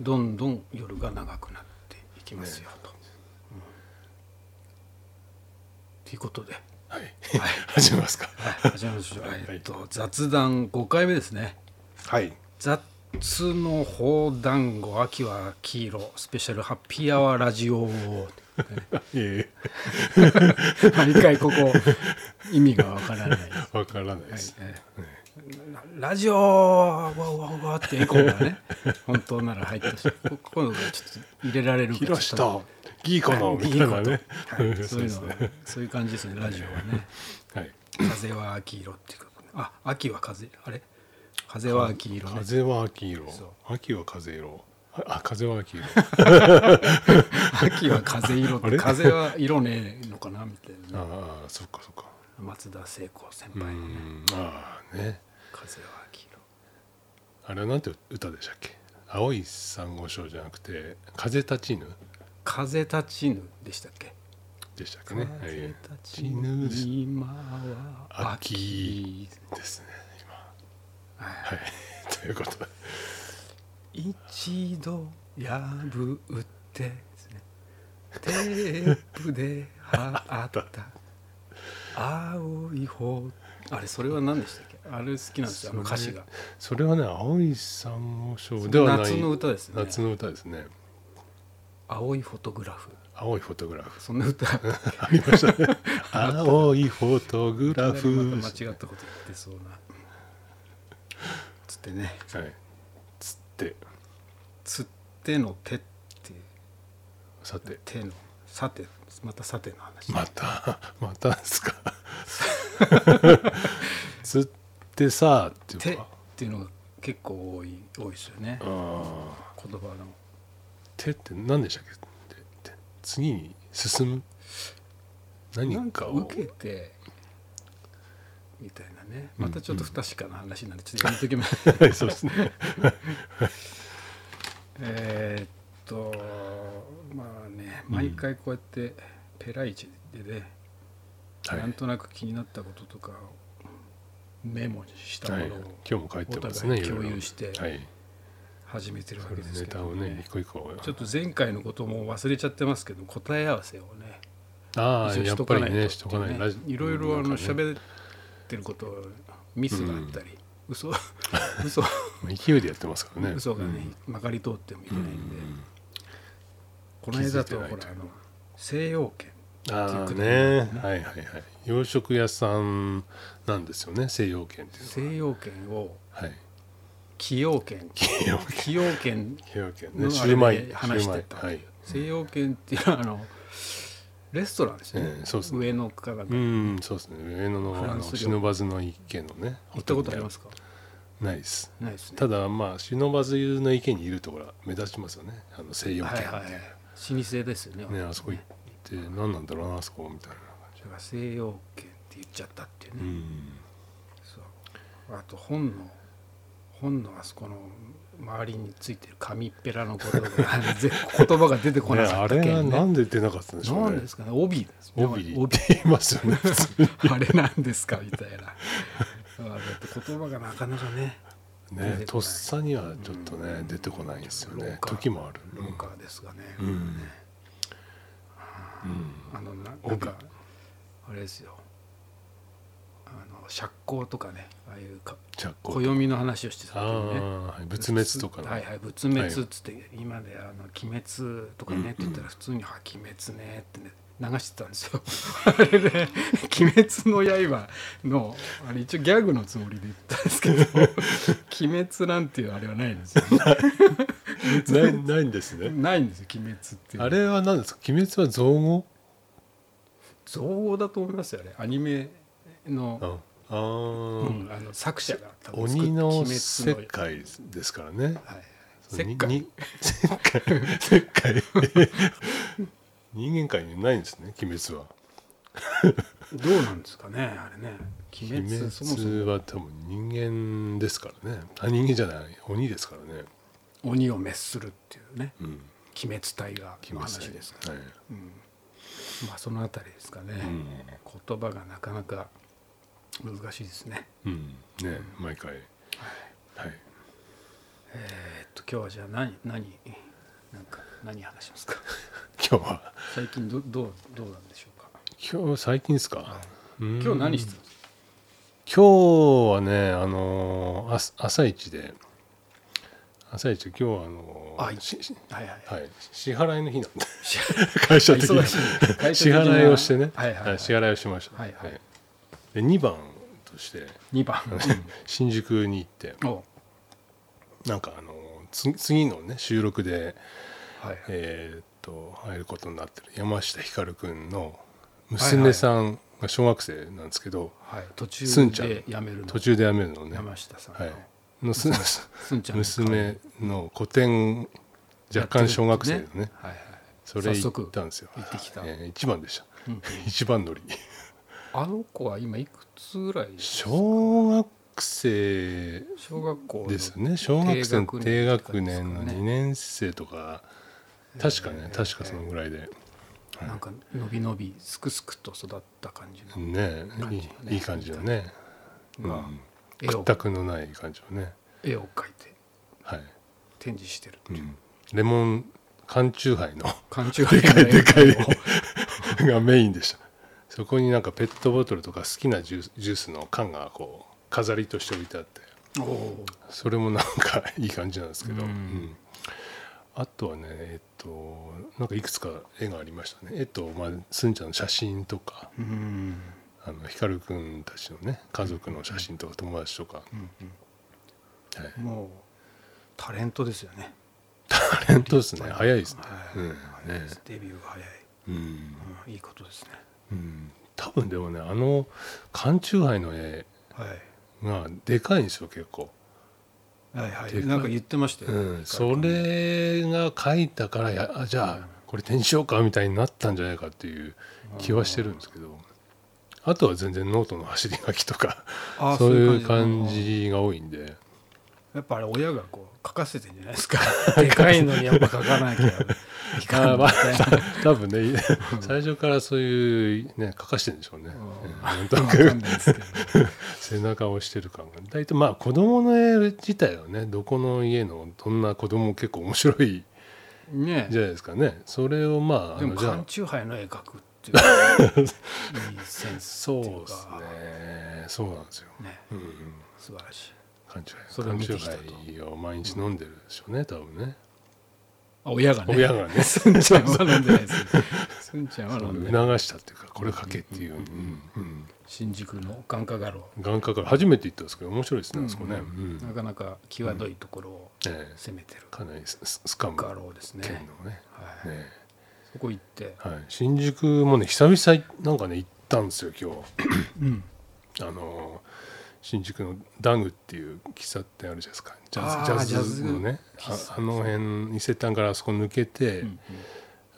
どんどん夜が長くなっていきますよと。うんということで、はい始めますかはい、始めましょう。えっと雑談5回目ですね。はい雑の砲団子秋は黄色スペシャルハッピーアワーラジオ。 え毎回ここ意味がわからない。えわからないです、ラジオわうわうわってエコーがね本当なら入ってほしいここのがちょっと入れられるかひろしちょとギーコのっとみたいなねはい そういうですのはねそういう感じですねラジオはねはい風は秋色っていうことねあ秋は風あれ風は秋色ね風は秋色う秋は風色ああ風は秋色 秋は風色っあてれ風は色ねえのかなみたいなねああそっかそっか松田聖子先う輩のねんああね風は秋色あれはなんて歌でしたっけ青い珊瑚礁じゃなくて風立ちぬ風立ちぬでしたっけでしたっけ風ね立ちはいぬです今は秋ですね今はいという ことで一度破ってですねテープで貼った青い方あれそれは何でしたっけあれ好きなんですよあの歌詞がそれはね青い珊瑚礁ではない夏の歌ですね夏の歌ですね青いフォトグラフ青いフォトグ ラフそんな歌ありましたね青いフォトグラフまた間違ったこと言ってそうなつってねはいつってつっての手ってさて手のさてまたさての話またまたですかつってさって手いっうかていうのが結構多い多いですよねああ言葉の手って何でしたっけ手って次に進むなん何かかを受けてみたいなねまたちょっと不確かな話なんでちょっとやめときますはい そうですねえーっとまあね毎回こうやってペライチでね、はい、なんとなく気になったこととかをメモしたもはい、のを今日も帰ってますねお互いいろいろ共有してはい、始めてるわそけれですネけタど、をね一個一個ちょっと前回のことも忘れちゃってますけど答え合わせをねああ一応やしっとぱかりないねとしとかないねラジいろいろあなのんかね喋ってることミスがあったり、 嘘嘘勢いでやってますからね嘘がね、曲がり通ってもいけないんで、この間だと気づほいてないらとあの西洋圏あってあいうねはいはいはい洋食屋さんなんですよね西洋圏っていうの西洋圏をははい崎陽軒崎陽軒崎陽軒西洋圏のねあシューマれイでシュ話しーマてイた、はい西洋圏っていうのはあのレストランですよね、ええそうですね上野からう行っんそうですね上野フのラあンのス料理忍ばずの池のねたことありますすかないですないですねただまあ忍ばずの池にいるところは目立ちますよねあの西洋圏はっていはいはい老舗ですよねねあそこ行って何なんだろうなあそこみたいな感じだから西洋圏って言っちゃったっていうね、うんそうあと本の本のあそこの周りについてる紙っぺらのことがぜ言葉が出てこねなかあったけれはんねなんで出なかったんでしょなうんねですかね帯ですね帯 って言いますよね普通にあれなんですかみたいなあれって言葉がなかなか ねね、とっさにはちょっとね、出てこないんですよ廊ね下時もある、ローカーですがね、うんあのなな帯んかあれですよあの釈光とかねああいうか着工暦の話をしてたあ時にねあ、はい、仏滅とかの、はいはい仏滅はっいつって、今であの「鬼滅」とかねって言ったら普通に「は鬼滅ね」ってね流してたんですよ あれね「鬼滅の刃の」あれ一応ギャグのつもりで言ったんです けど「鬼滅」なんていうあれはないんですよないないんですねないんですよ「鬼滅」っていうあれは何ですか鬼滅は造語造語だと思いますよねアニメの,、ああ、うん、あの作者が多分作っ鬼の鬼滅世界ですからねはい、その 世に界に世界世界 人間界にないんですね鬼滅はどうなんですかねあれね鬼鬼滅滅そもそもは多分人間ですからねあ人間じゃない鬼ですからね鬼を滅するっていうねうん鬼滅隊がの鬼話滅ですかはいら、まあ、そのあたりですかね、言葉がなかなか難しいですねうん、ね、毎回。はい。えーっと今日はじゃあ何何なんか何話し ますか 今日は最近どどうどうなんでしょうか今日最近ですか今今日何してたんですか今日はねあのーあす朝一で朝一今日はあのーあいししはいはい、 はい、支払いの日なんでし会社的に忙しい会社支的な払いをしてね、はいはいはい支払いをしました、はいはいで2番として2番あの新宿に行ってうんおなんかあのつ次のね収録ではいえーっと入ることになってる山下ひかるくんの娘さんが小学生なんですけど、はい途すん中ちゃんで辞めるの途中で辞めるのね、山下さんの、はい、のすすんちゃんの顔娘の古典若干小学生のねはいはいそ早れ行速ったんですよ行ってきたえー一番でした、うん一番乗りあの子は今いくつぐらい小学生小学校のですね小学生の低低学学年年のとかですかね2年生とか確かね確かそのぐらいでなんかのびのびすくすくと育った感じのね感じいいいい感じのね、うん、絵を屈託のない感じのね絵を描いてはい、展示してるってう、いうんレモン缶チューハイの勘違い でかいでか絵いをがメインでしたそこになんかペットボトルとか好きなジュースジュースの缶がこう飾りとして置いてあっておおそれもなんかいい感じなんですけど、うんうんあとはねえっとなんかいくつか絵がありましたねえっと、まあ、すんちゃんの写真とかうんあのひかるくんたちのね家族の写真とか友達とか、うんはいうん、もうタレントですよね タレントですね早いですね,、はいうんね早いですデビューが早い、うんうん、いいことですねうん、多分でもねあの缶チューハイの絵はいがでかいんですよ結構、はいはでかいい、なんか言ってましたよ、うん、それが描いたからやあじゃあこれ展示しようかみたいになったんじゃないかっていう気はしてるんですけどあとは全然ノートの走り書きとかあー そういうの感じが多いんでやっぱあれ親がこう書かせてんじゃないです かでかいのにやっぱ書かなきゃいかあんみまあたいな多分ね最初からそういうね書かしてるんでしょうね。うんなんとわなかんくないですけど背中を押してる感が大体まあ子供の絵自体はねどこの家のどんな子供も結構面白いねじゃないですかねそれをまああでものじゃあ缶チューハイの絵描くっていうのはいいセンスそうっていうでかすねそうなんですよ、ねうんうん、素晴らしい缶チュそーれをハイ缶見チてュきたとーハイを毎日飲んでるでしょうね多分ねあ親がね親がねすんちゃんは飲んでないですすんちゃんは飲んでない促したっていうかこれかけっていうように、うん新宿の眼科画廊うん、眼科から初めて行ったんですけど面白いですね、あそこね、ううんんなかなか際どいところをええ攻めてるかなりスススカム画廊ですね県のねはいねそこ行ってはい、新宿もね久々なんかね行ったんですよ今うん日あのー新宿のダグっていう喫茶店あるじゃないですかジャあーズジャズのねジャあズ喫茶あの辺伊勢丹からあそこ抜けて、うん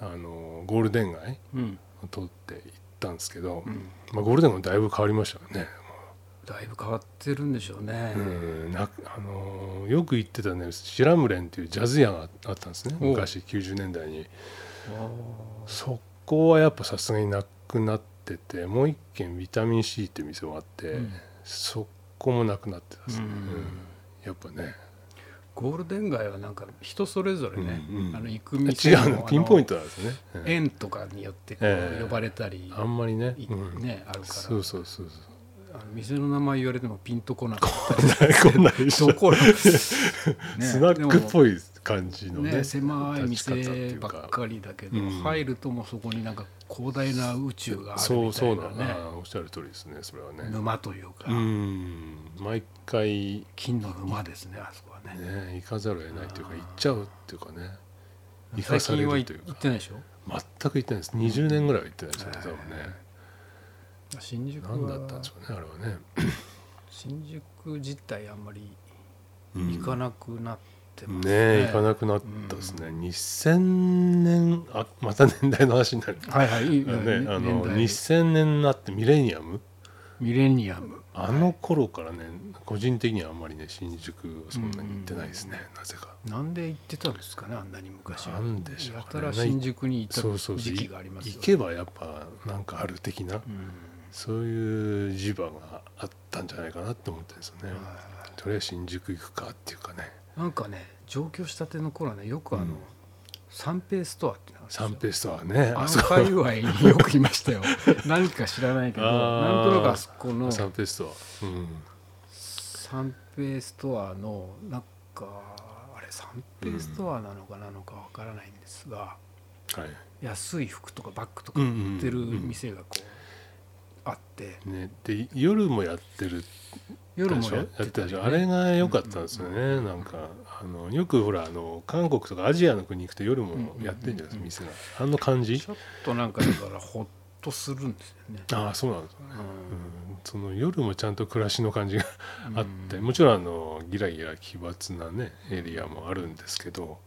あのーゴールデン街うんを通って行ったんですけど、うんまあ、ゴールデンもだいぶ変わりましたよね、だいぶ変わってるんでしょうねうんなあのーよく行ってたねシラムレンっていうジャズ屋があったんですねおう昔90年代に。おーそこはやっぱさすがになくなっててもう一軒ビタミン C って店があって、うんそこもなくなってたですね、うんうんやっぱねゴールデン街はなんか人それぞれねうんうんあの行く違店もうあののピンポイントなんですね、うん縁とかによってこええう呼ばれたりあんまりね,いうん、ねあるかそうそうそうそう らあの店の名前言われてもピンとこないこんな一 緒、どころスナックっいぽい感じのねね狭い立ち方ってい店うばかっかりだけどうん入るともうそこになんか広大な宇宙があるそうみたそいうななのねあーおっしゃる通りですねそれはね沼というかうん毎回金の沼ですねあそこはねね行かざるを得ないというか行っちゃうっていうかね行か最され近はる行というっかてないでしょ全く行ってないです20年ぐらいは行ってないですね多分ね新宿何だはったんでしょうねあれはね新宿自体あんまりうん行かなくなってますねえ行かなくなったですね2000年あまた年代の話になるはいはいいい、あのねあの年代2000年になってミレニアムミレニアムあの頃からね個人的にはあんまりね新宿はそんなに行ってないですねなぜかなんで行ってたんですかねあんなに昔はなんでしょうねやたら新宿に行そうったそうそ時う期いがありますよ行けばやっぱなんかある的なうんそういう磁場があったんじゃないかなと思ってるんですよねはとりあえず新宿行くかっていうかねいなんかね上京したての頃はねよくあの、うん三平ストアってのがあるんですよ三平ストアねああのそこ界隈によくいましたよ何か知らないけど あなんーとなくあそこの三平ストアうん三平ストアのなんかあれ三平ストアなのかなのかわからないんですが、はい安い服とかバッグとかうんう売んってるうん店がこうあってねで夜もやってる夜でもしょややっっててたたりでねしょあれが良かったんですよねなんかあのよくほらあの韓国とかアジアの国行くと夜もやってるんじゃないですか店があの感じちょっとなんかだからほっとするんですよね。ああそうなんですねうんうんその夜もちゃんと暮らしの感じがあって、うんもちろんあのギラギラ奇抜なねエリアもあるんですけど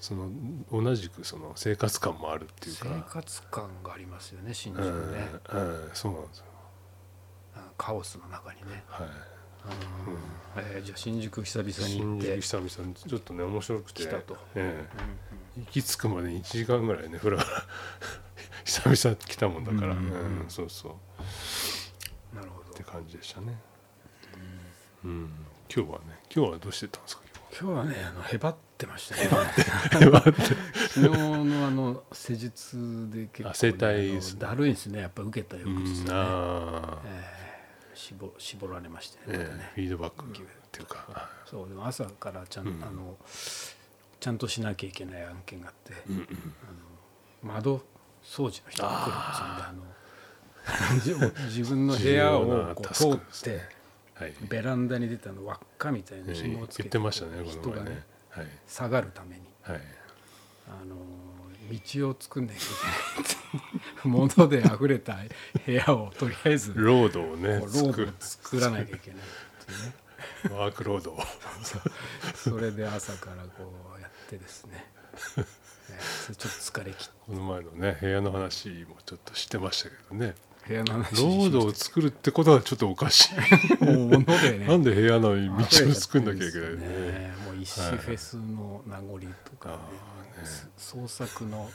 その同じくその生活感もあるっていう生か活感がありますよね新宿うね、ん、うん、そうなんですよあのカオスの中にね、はい、うんえーじゃあ新宿久々に行っ新て宿久々にちょっとね面白くて来たとえうんうんえ行き着くまでに1時間ぐらいねふらふら 久々来たもんだから、ううんんうんうんそうそうなるほっどて感じでしたねうん今日はね今日はどうしてたんですか今日はねあのへばってましたね昨日のあの施術で結構、ね、あ整体ですあのだるいですねやっぱ受けた翌今日日うはんね、ああえー絞絞られましてね,、えねえフィードバックっていうか、そうでも朝からちゃん、うんあのちゃんとしなきゃいけない案件があって、うんうん、あの窓掃除の人が来るんですよねあの自分の部屋をこう通重要なタっスクでてすねはい、ベランダに出たの輪っかみたいなね紐をつけ言っててましたねこ人のが前ねねはい下がるためにはいあの道を作んなきゃいけないって 物で溢れた部屋をとりあえずこ ロードをうねローつドをく作らなきゃいけないっていうねワークロードをそれで朝からこうやってですねねそれちょっと疲れきってこの前のね部屋の話もちょっとしてましたけどね部屋のロ話ードを作るってことはちょっとおかしいもう物で ね なんで部屋なのに道を作んなきゃいけないのねねもう石フェスの名残とか、ねああね創作の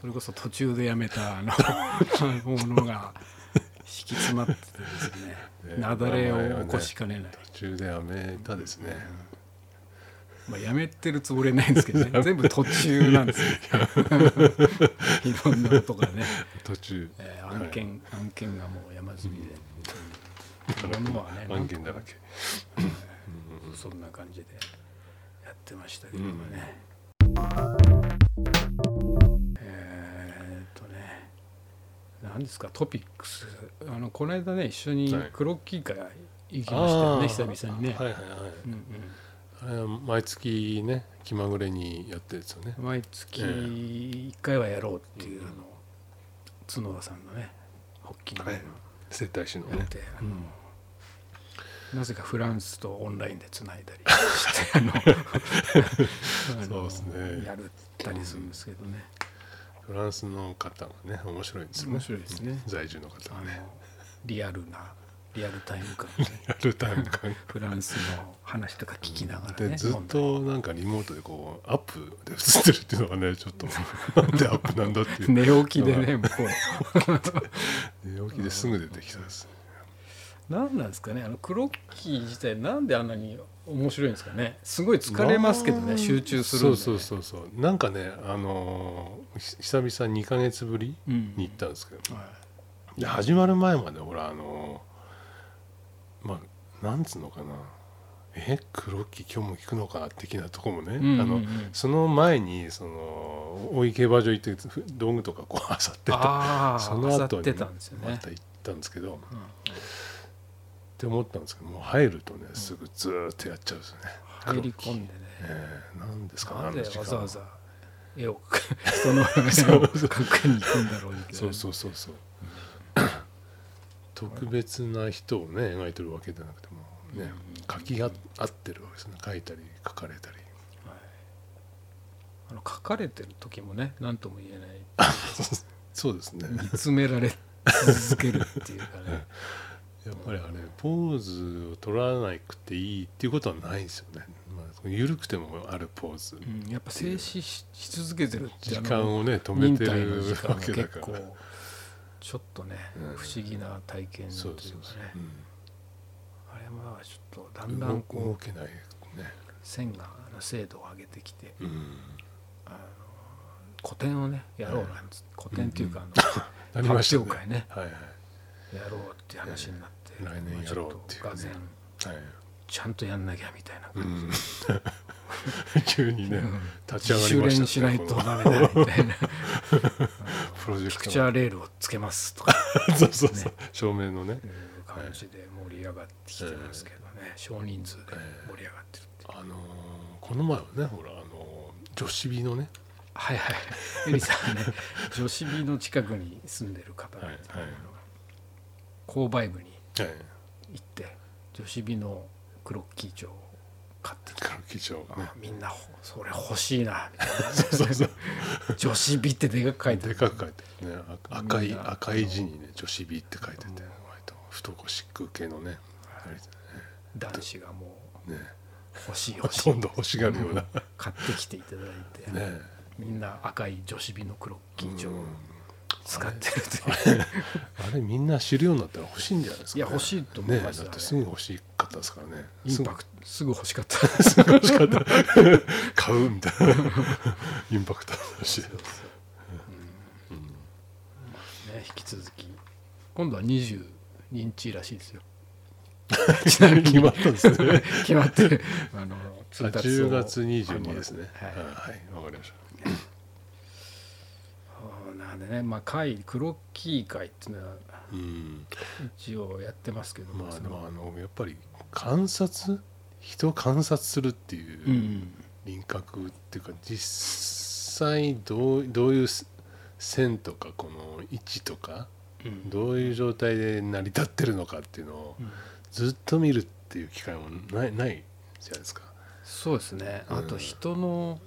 それこそ途中でやめたあのもの が敷き詰まっててですねね雪崩を起こしかねない、途中でやめたですね、まあ、やめてるつもりはないんですけどね全部途中なん ですよ いろんなことがね、途中、えー案件、案件がもう山積みで、ものはね案件だらけそんな感じでやってましたけどもね、えーっとね何ですかトピックスあのこの間ね一緒にはいクロッキー会行きあましたよね、あ久々にね、はいはいはいうんうん、あれは毎月ね気まぐれにやってるんですよね毎月ええ1回はやろうっていう、うんあの角田さんのね発起のね接待師のやねって、あのなぜかフランスとオンラインでつないだりして あのあのそうですねやるったりするんですけどねフランスの方がね面白いんですよね面白いですね在住の方あがのねリアルなリアルタイム感で ねやるタイム感フランスの話とか聞きながらでねずっとなんかリモートでこうアップで映ってるっていうのがねちょっとなんでアップなんだってい飲んうだり寝起きでねもうこ寝起きですぐ出てきたんですう何なんですかねあのクロッキー自体なんであんなに面白いんですかねすごい疲れますけどまあね集中するんでそねうそうそうそうなんかねあのーひ久々2か月ぶりうんに行ったんですけど、はいで始まる前までほらあのまあなんつうのかなえ黒木今日も聞くのか的なとこもね、うんうんうんあのその前にその大井競馬場行ってふ道具とかこう漁ってたああその後っにてたんですよまねた行ったんですけどっうんて思ったんですけどもう入るとねすぐずーっとやっちゃうんですよね。入り込んでねえー、何ですかなんであの時間わざわざ絵を 人の絵を描くに行くんだろうみたいなそうそうそうそう特別な人をね描いてるわけじゃなくてもうね描きあ合ってるわけですね描いたり描かれたり はいあの書かれてる時もね何とも言えないそうですね見つめられ続けるっていうか ねやっぱりあれポーズを取らなくていいっていうことはないんですよね、まあ、緩くてもあるポーズ、うんやっぱ静止しし続けてるって時あの間をね止め忍て耐の時る間わがけだ結か構らちょっとねうん不思議な体験といそううかそうそうね、あれもだからちょっとだうんんだんこう動けないね線があの精度を上げてきてうんあの古典をねやろうなんつって古典っていう かあのなりましたね発表会ねはいはいやろうっていう話になって、ええ来年やろうっていうねまあちょっと俄然はいちゃんとやんなきゃみたいなう感ん 急にね立ち上がりま練ししたなねいとこのダメだみたいなプロジェピククチトャーレールをつけますとかが そうそうそう照明のねいう感じで盛り上がってきてますけどね少人数で盛り上がってるっていうあのーこの前はねほらあのー女子美のねはいはいエリさんね女子美の近くに住んでる方なんですけどはいはい購買部にはい行って女子美のクロッキー帳を買ってきて歌舞伎町ねあみんなほそれ欲しいなみたいな そうそう女子美ってでかく書いてあでるかく書いてあるねあ赤みいんな赤い字にね女子美って書いててうん割と太ゴシック系のねあれ男子がもねう欲しいほ欲しいとんど欲しがるようなね買ってきていただいて、みんな赤い女子美のクロッキー帳を使ってるというあれみんな知るようになったら欲しいんじゃないですか、いや欲しいと思いねまだっしたねてすぐ欲しかったですからねインパクトすぐ欲しかったトすぐ欲しかった 買うみたいなインパクトだしね、引き続き今度は22日らしいです よちなみに決まったんですね決まってるあの あ通達を10月22日ですねはいあはいわ、かりましそうなんでねまあ会クロッキー会っていうのはたうん一応やってますけども、まあそでのもあのやっぱり観察人を観察するっていう、うんうん輪郭っていうか実際どうどういう線とかこの位置とかうんどういう状態で成り立ってるのかっていうのをうんずっと見るっていう機会もないないじゃないですか。そうですねうんあと人の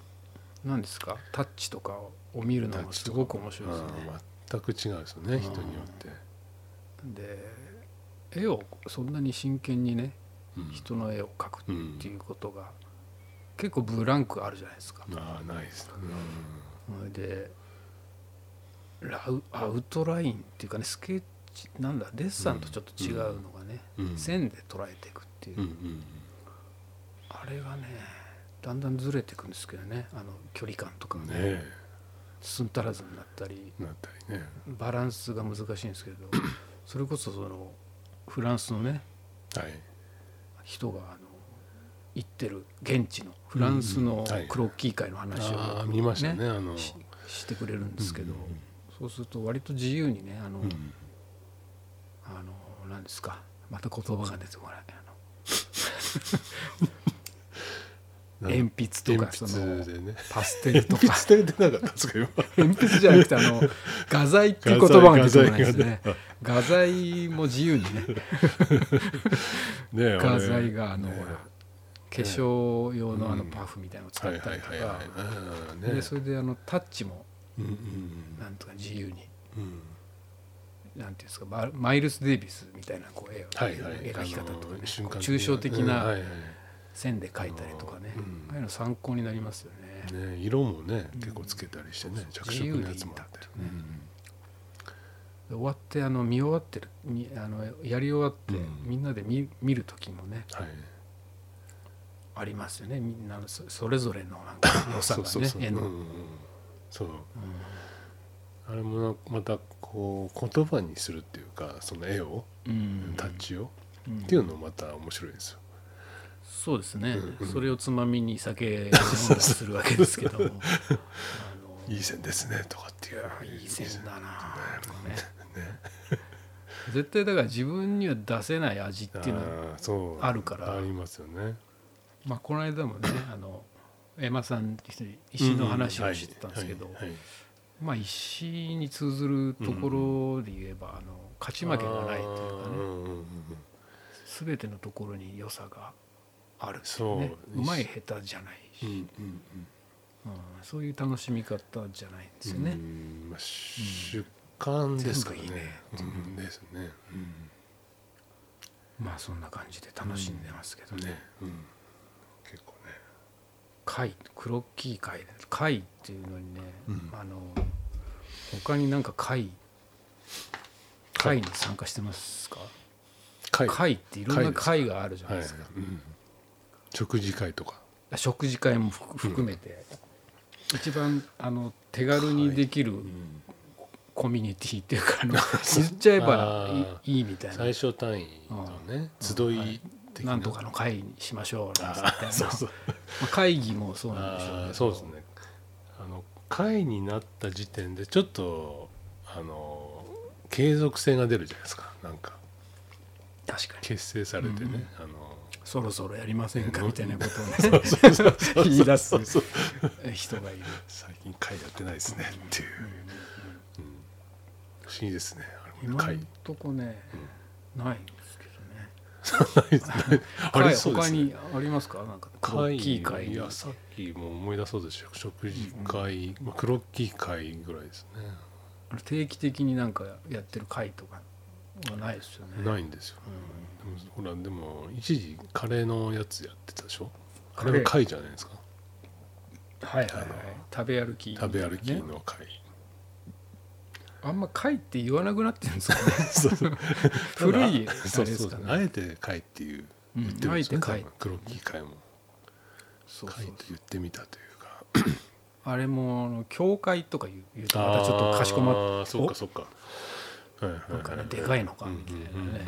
何ですかタッチとかを見るのもすごく面白いですね、うん全く違うですよね人によって。で絵をそんなに真剣にねうん人の絵を描くっうていんうことが結構ブランクあるじゃないですか、ああないですね。それでラウアウトラインっていうかねスケッチなんだデッサンとちょっと違うのがね、うんうん線で捉えていくっていう、うんうんあれがねだんだんずれていくんですけどねあの距離感とかうんがねねえすんたらずになったりなったりね。バランスが難しいんですけど それこそそのフランスのねはい。人があの行ってる現地のフランスのうんはいクロッキー界の話を、ああ見ましたねあの。ししてくれるんですけど、うんうんうんそうすると割と自由にねあの、うんあのなんですかまた言葉が出てこないあの鉛筆とかそ鉛筆のでね。パステルと か筆出なかったんですか今。鉛筆じゃなくてあの画材っていう言葉が出てこないですね画画材材も自由にねねえ画材があの、ねほら化粧用のあのうんパフみたいなのを使はいっはたいりとはいはかいねでそれであのタッチもうんうんなんとか自由にうんうんなんていうんですかママイルス・デイビスみたいなこう絵をはいはい描き方とかねあの瞬間抽象的うんはないは線で描いたりとかねうんああいうの参考になりますよねいね色もねうん結構つけたりしてねそう着そう色のやつもあって自由でいいんで終わってあの見終わってるみあのやり終わってうんみんなで見見る時もねはいありますよねみんなのそそれぞれのなんか良さそうがそうねそう絵うんうのんうんそうあれもなまたこう言葉にするっていうかその絵をうんタッチをうんっていうのもまた面白いんですよそうですねうんそれをつまみに 酒を飲んだりするわけですけどもあのいい線ですねとかっていういい線だなとかねね 絶対だから自分には出せない味っていうのはあーそうあるからありますよねまあこの間 もねあのエマさんって人に石の話をしてたんですけど、ううはいはいはいまあ石に通ずるところで言えば、あの勝ち負けがないというかあーねんんん全てのところに良さがあるっていそうねううまい下手じゃないし、ううんんうんそういう楽しみ方じゃないんですよね。ううんんまあ主観ですからね全部いいねうんですねまあそんな感じで楽しんでますけどうんね。ねうん結構ね貝クロッキー貝貝っていうのにね、うんあの他になんか貝貝に参加してますか貝貝っていろんな貝貝があるじゃないはいですか、うん食事会とか食事会も含含めて、一番あの手軽にできるコミュニティっていうかあ の言っちゃえばいいいいみたいな最小単位のね集い的なんとかの会にしましょうなんつってあーそうそうまあ会議もそうなんでしょうけあーどそうですねあの会になった時点でちょっとあの継続性が出るじゃないですかなんか確かに結成されてね、あのそろそろやりませんかみたいなことを ね 言い出す人がいる最近会やってないですねっていう、うん不思議ですねあれ今 会んとこね、ないんですけどねあ会れそうで他すねにありますかなんか大会きい会いやさっきも思い出そうでしたけど食事会、まあ、クロッキー会ぐらいですあの定期的になんかやってる会とかはないですよねねないんですよ、でもほらでも一時カレーのやつやってたでしょあカレーれは会じゃないですかはいはいはい食べ歩きみたい食なね、べ歩きの会、あんま会って言わなくなってるんですかね そうそう古いあれですそかうねそうあえて会っていう言ってるんですよね、うんあえて会多分クロッキー会もそうそう会って言ってみたというかあれもあの教会とか言う言うとまたちょっとかしこまあーってそうかそうかはいはいおなんかねでかいのかみたいなね、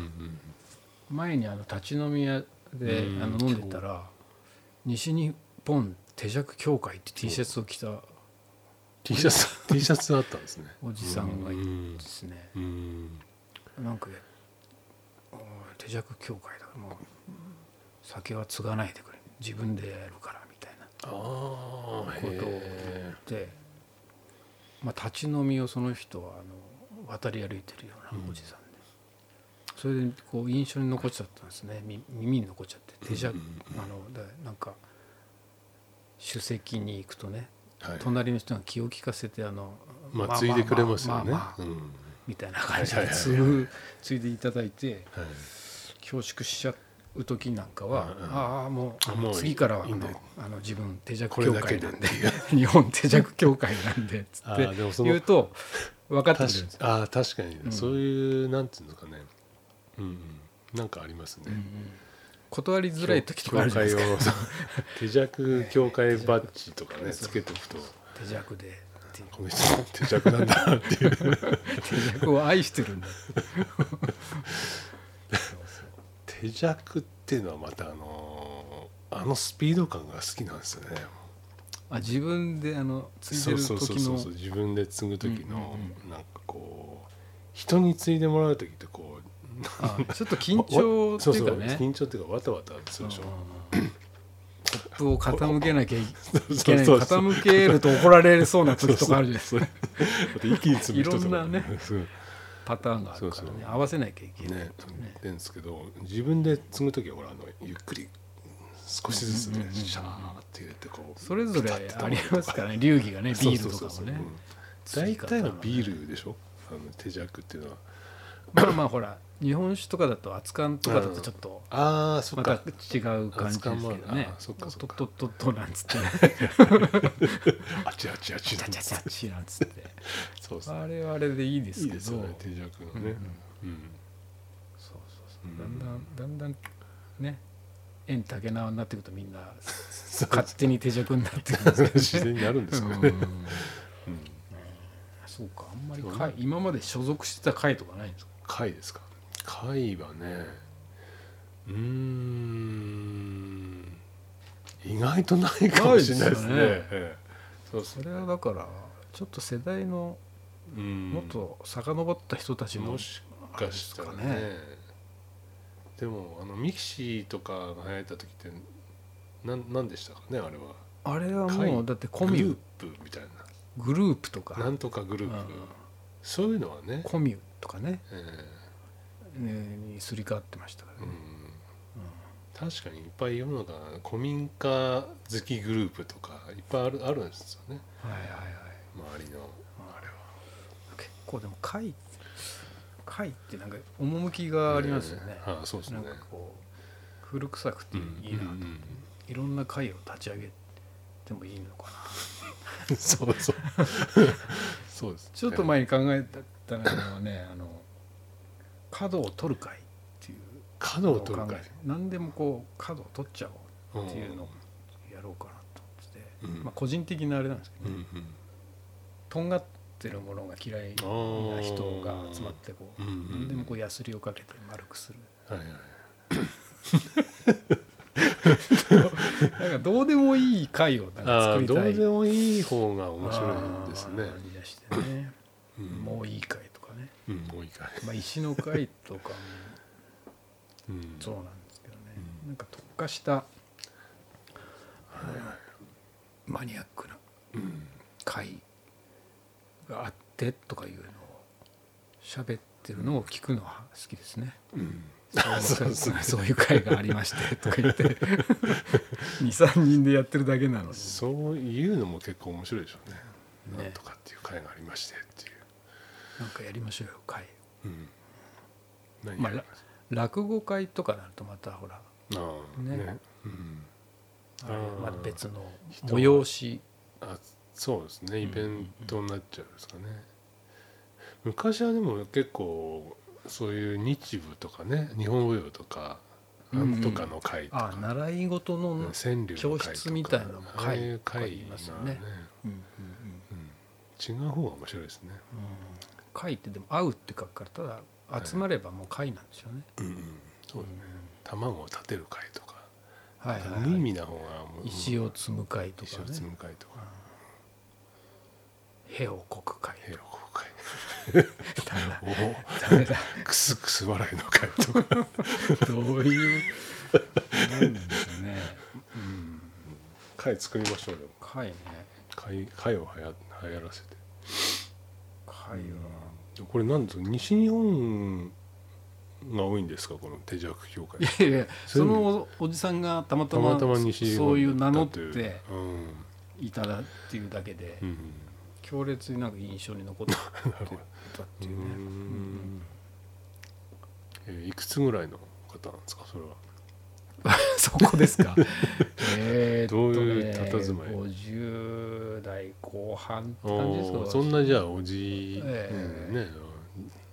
前にあの立ち飲み屋でうんあの飲んでたら「西日本手酌協会」って T シャツを着た T シャツ T シャツあったんですねおじさんがいるうんんですねうんなんかおい手酌協会だもう酒は継がないでくれ自分でやるからみたいなこああとを言ってまあ立ち飲みをその人はあの渡り歩いてるようなおじさんでそれでこう印象に残っちゃったんですねみ耳に残っちゃって手酌あのだなんか首席に行くとねはい隣の人が気を利かせてあのまあついでくれますよねまあまあうんはいみたいな感じではいはいはいつぐついでいただいて恐縮しちゃう時なんかは、うんうんああもうあもういい次からはあいいんだのあの自分手酌これ協だけ会でなっんてで いう日本手酌協会なん でっつあっーでもてその言うと分かってくれるんです確よ。かあー確かにねんそういうなんていうんですかねうんうんなんかありますね断りづらい時とかあるじゃないですか教会をそう 手弱教会バッジとかねつけておくと手酌でっていうこの人手弱なんだ なっていう手酌を愛してるんだ手弱っていうのはまたあのーあのスピード感が好きなんですよねあ自分であのついでる時そうのそうそうそう自分で継ぐ時うのんうんなんかこう人に継いでもらう時ってこうあちょっと緊張っていうかそそね緊張っていうかわたわたするでしょうんうんコップを傾けなきゃいそうけないそう そうそう傾けると怒られそうな時とかあるじゃないですかそうそうそうだって息に詰める人といかろんなねそうパターンがあるからそうねそう合わせなきゃいけないねってんですけど自分で継ぐ時はほらあのゆっくり少しずつうんねうんうんシャーって入れてこうそれぞれピタッとありますからね流儀がねそうビールとそうかそもうねそううん大体のビルールでしょあの手弱っていうのはまあまあほら日本酒とかだと熱燗とかだとちょっとああそまったか違う感じですけど熱燗もあるねあそっかそっとかっとっとっとなんつ ってねあちあちあチちャチャチャチなんつってそうですねあれはあれでいいでいすいけですどよね手弱のうんうねんうんそうそううそんうだんだんだんだんね縁竹縄になってくるとみんなそう勝手に手酌になってくるんですけど自然になるんですようねんうんそうかあんまり会今まで所属してた会とかないんですか貝ですか貝はねうーん意外とないかもしれないですねないですよねええそうですそれはだからちょっと世代のうんもっと遡った人たちのもしかしたらねあれででもあのミキシーとかが流行った時ってなんなんでしたかねあれはあれはもう会だってココミミュュグループみたいグループとななかんとかグループうんそういうのはね、コミュとかねええねにすり替わってましたかうらんね、確かにいっぱい世の中古民家好きグループとかいっぱいあるあるんですよねはいはいはい周りのあれは結構でも会会ってなんか趣がありますよね、ええあそうですなねんかこう古臭くていいな、うんうんいろんな会を立ち上げてもいいのかなうんそうそうそうですねちょっと前に考えたのはねあの角を取る会っていう角を取る考会えて何でもこう角を取っちゃおうっていうのをやろうかなと思ってて、うんまあ、個人的なあれなんですけど、うんうんとんがってるものが嫌いあなー人が集まってこう、うんうん何でもこうヤスリをかけて丸くするはいはいなんかどうでもいい回をなんかあ作ありどうたいでもいい方が面白いですねあー言い出してね、うんもういい回とかね、うんもういいかいまあ、石の回とかもうんそうなんですけどね、うんなんか特化したマニアックなうん回があってとかいうのを喋ってるのを聞くのは好きですね。うんそう そういう会がありましてとか言って23人でやってるだけなのにそういうのも結構面白いでしょうねねなんとかっていう会がありましてっていうなんかやりましょうよ会うん何まやありらます落語会とかなるとまたほらああねねうんあれあーまた別の人が催しあそうですねイベントになっちゃうんですかね、昔はでも結構そういう日舞とかね日本舞踊とかうんなうんんとかの会とあか、習い事の、ううんん川柳の会とか教室みたいなのも会ああいう会とか言いますよねがうんうん、うん、違う方が面白いですね、会ってでも「会う」って書くからただ集まればもう会なんでしょうね、うんそうですね卵を立てる会とか、はいはい無意は味な方がもうい、石を積む会と石かを積ねむ会とか「へ」をこく会平和公会ダメだおおダメだ クスクス笑いの会とかどういうなんでしょうね会作りましょうよ会ね会会をはや流行らせて会はこれなんですか西日本が多いんですかこの手弱協会いやいやそそういうののおじさんがたまたたままたま西日本そういう名乗だっというてうんいただっていうだけでうん強烈になんか印象に残って たっていうんうねえーいくつぐらいの方なんですかそれは そこですかえーっとねどういう佇まい50代後半って感じですおかーそんなじゃあおじ、ええうんね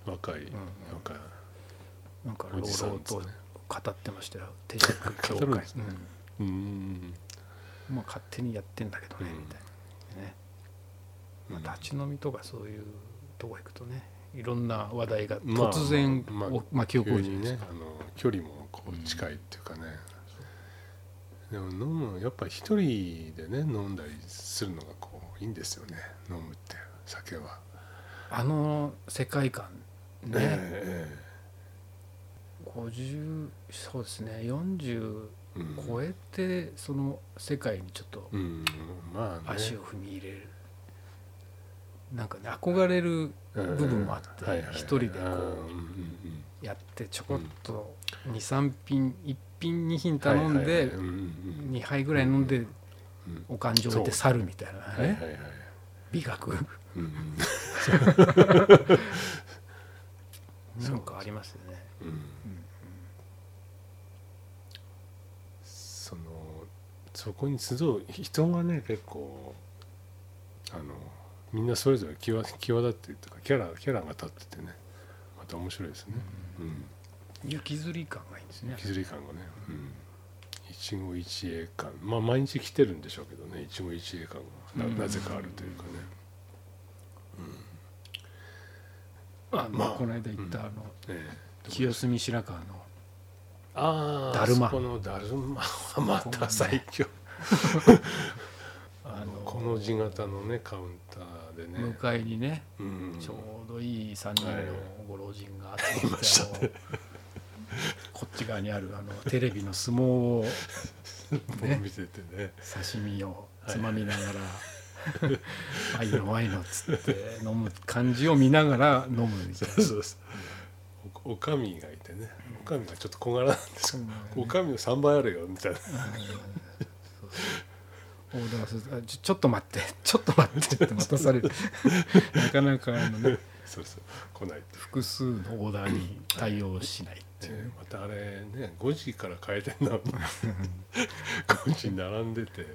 若い、ん若いなんかお朗じさん々ですとね語ってましたよ定食 協語るん会ですねうんうんまあ勝手にやってんだけどねうんみたいなねうんまあ、立ち飲みとかそういうとこ行くとねいろんな話題がまあ突然まあお巻き起こ急るじゃないにですねか、あの距離もこう近いっていうかね、でも飲むのやっぱ一人でね飲んだりするのがこういいんですよね飲むって酒はあの世界観ね、え50そうですね40えうん超えてその世界にちょっとうんまあね足を踏み入れる、なんかね憧れる部分もあって、はいはいはい一人でこあーうんうんうんうやってちょこっと23品1品2品頼んはいはいではいうんうん2杯ぐらい飲んでうんお勘定置いて去るみたいなはいはいねはい美学うんうんなんかありますよね。うんそのそこに集う人はね結構あのみんなそれぞれ際際立ってるというかキャラキャラが立っててねまた面白いですね、うん、雪吊り感がいいんですね。削り感がね、うん、一期一会感まあ毎日来てるんでしょうけどね一期一会感がななぜかあるというかね、あの、まあこの間行ったあの、ええ清澄白河のああだるまこのだるま はまた最強あのこの字型のねカウンターでね向かいにね、うんちょうどいい3人はいのご老人が集まって、あのこっち側にあるあのテレビの相撲を ね見ててね刺身をつまみながら「あいのあいの」っつって飲む感じを見ながら飲むみたいな。そうそうおおかみがいてねおかみがちょっと小柄なんですけうどんおかみの3倍あるよみたいなオーダーするあちょちょっと待ってちょっと待って」って待たされ るなかなかあの、ね、そうそう来ないって複数のオーダーに対応しないっていうねまたあれね5時から開店 なのに5時に並んでて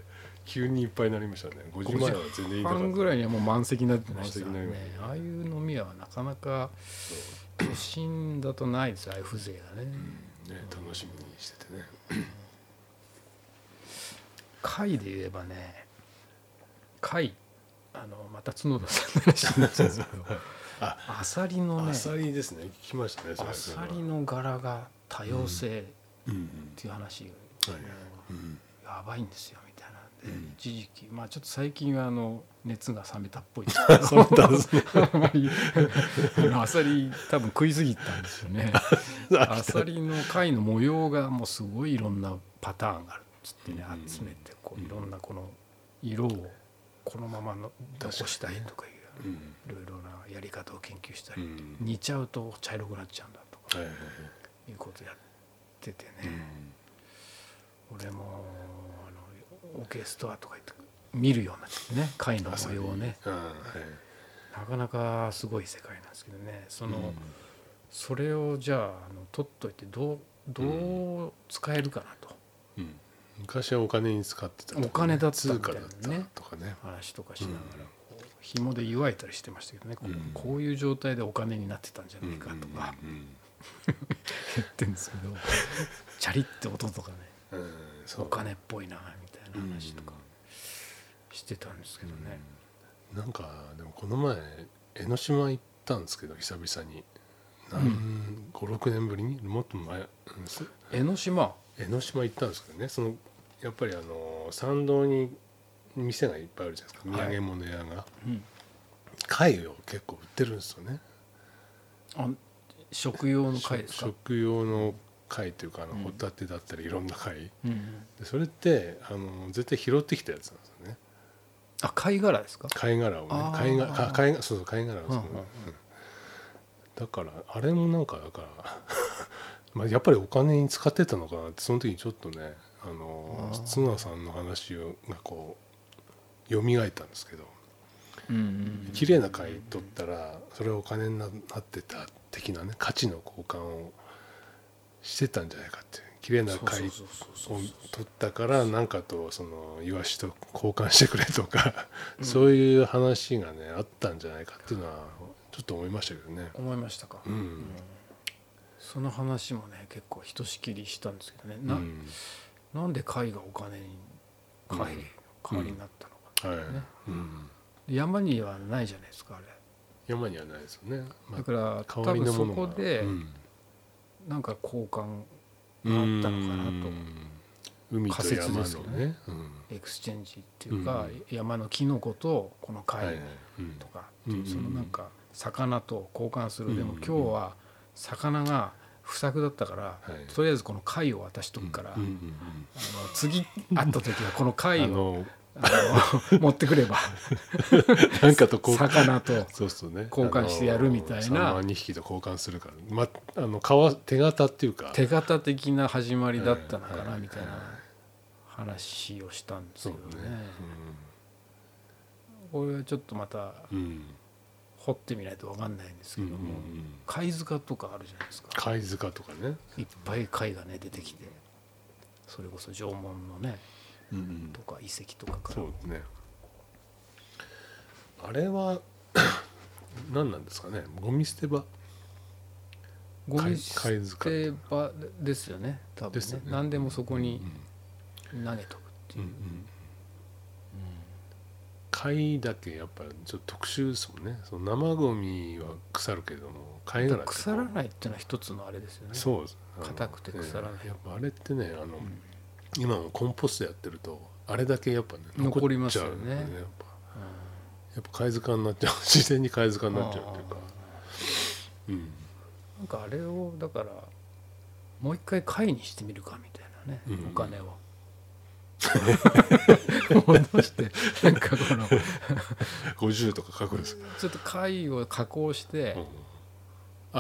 急にいっぱいになりましたね5時前は全然いいなか半っぐらいにはもう満席になってました満席になねりましああいう飲み屋はなかなか都心だとないですああいう風情がね、たね楽しみにしててね回で言えばね回あのまた角田さんの話になっちゃうんですけど あアサリのねアサリですね聞きましたねそれアサリの柄が多様性うんうんっていう話が、はいはいうんやばいんですよみたいなんで、うん一時期まあちょっと最近はあの熱が冷めたっぽい 冷めたんですね あんまりあのアサリ多分食いすぎたんですよねあアサリの貝の模様がもうすごいいろんなパターンがあるっつってねうん集めてこういろんなこの色をこのままの残したいとかいううんいろいろなやり方を研究したうり、ん煮ちゃうと茶色くなっちゃうんだとかはいはいはいいうことやっててね、うん俺もあのオーケストラとか行って見るようになってね貝の模様をねあはいなかなかすごい世界なんですけどねその、うんそれをじゃああの取っといてどうどう使えるかなと、うん昔はお金に使ってたとかねお金だったみ通た貨いだなねったとかね話とかしながらこう紐で湯あいたりしてましたけどね、こううんこういう状態でお金になってたんじゃないかとかうんうん言ってるんですけどチャリって音とかねうんうんそうお金っぽいなみたいな話とかしてたんですけどね、なんかでもこの前江ノ島行ったんですけど久々にう56年ぶりにもっと前うんす江ノ島江ノ島行ったんですけどねそのやっぱりあの参道に店がいっぱいあるじゃないですかはい土産物屋がうん貝を結構売ってるんですよねあ食用の貝ですか、食用の貝というかあのうんホタテだったりいろんな貝うんうんでそれってあの絶対拾ってきたやつなんですよねあ貝殻ですか貝殻をねあー貝殻か貝殻そうそう貝殻をその、うんうんうんだからあれもなんかだから まあやっぱりお金に使ってたのかなってその時にちょっとねあのあー角田さんの話をがこう蘇ったんですけどうんうんうん綺麗な貝取ったらそれはお金になってた的なね価値の交換をしてたんじゃないかっていう綺麗な貝をそうそうそうそう取ったからなんかとそのイワシと交換してくれとか、そういう話がねあったんじゃないかっていうのはちょっと思いましたけどね。思いましたか、うんその話もね結構ひとしきりしたんですけどねうな,、ん、んなんで貝がお金に貝うん代わりになったのか、はい、ねうん、山にはないじゃないですかあれ山にはないですよね、まあだから多代わり分のそものがこでうんなんか交換あったのかなとうん海と仮説山ですのよねねうんエクスチェンジっていうか、うん山のキノコとこのはいは貝いうんとか、うんそのなんか魚と交換する、うんでも今日は魚が不作だったから、はいとりあえずこの貝を渡しとくから、うんあうのんうん次会った時はこの貝あをのあの持ってくればなんかと 交換魚とそうそうね交換してやるみたいなあのサンマ2匹と交換するから、ま、あの川手形っていうか手形的な始まりだったのかはないみたいな話をしたんですそうけどねねこれはちょっとまたうん、うん掘ってみないと分かんないんですけうんうども、ん、貝塚とかあるじゃないですか貝塚とかね、いっぱい貝がね出てきてそれこそ縄文のねうんうんとか遺跡とかからそうですねあれは 何なんですかねゴミ捨て場ゴミ捨貝貝塚て場ですよね多分ですねよね何でもそこにう投げとくってんいうう、んうん貝だけやっぱちょっと特殊ですもんねその生ゴミは腐るけども貝殻ってこう腐らないっていうのは一つのあれですよねそうですあの硬くて腐らないねやっぱあれってねあの、今のコンポストやってるとあれだけやっぱね残りっますちゃようねやっぱうんやっぱ貝塚になっちゃう自然に貝塚になっちゃうっていうかうんなんかあれをだからもう一回貝にしてみるかみたいなね、うんお金 を戻してなんかこの50とか書くんですよ、ちょっと貝を加工して、う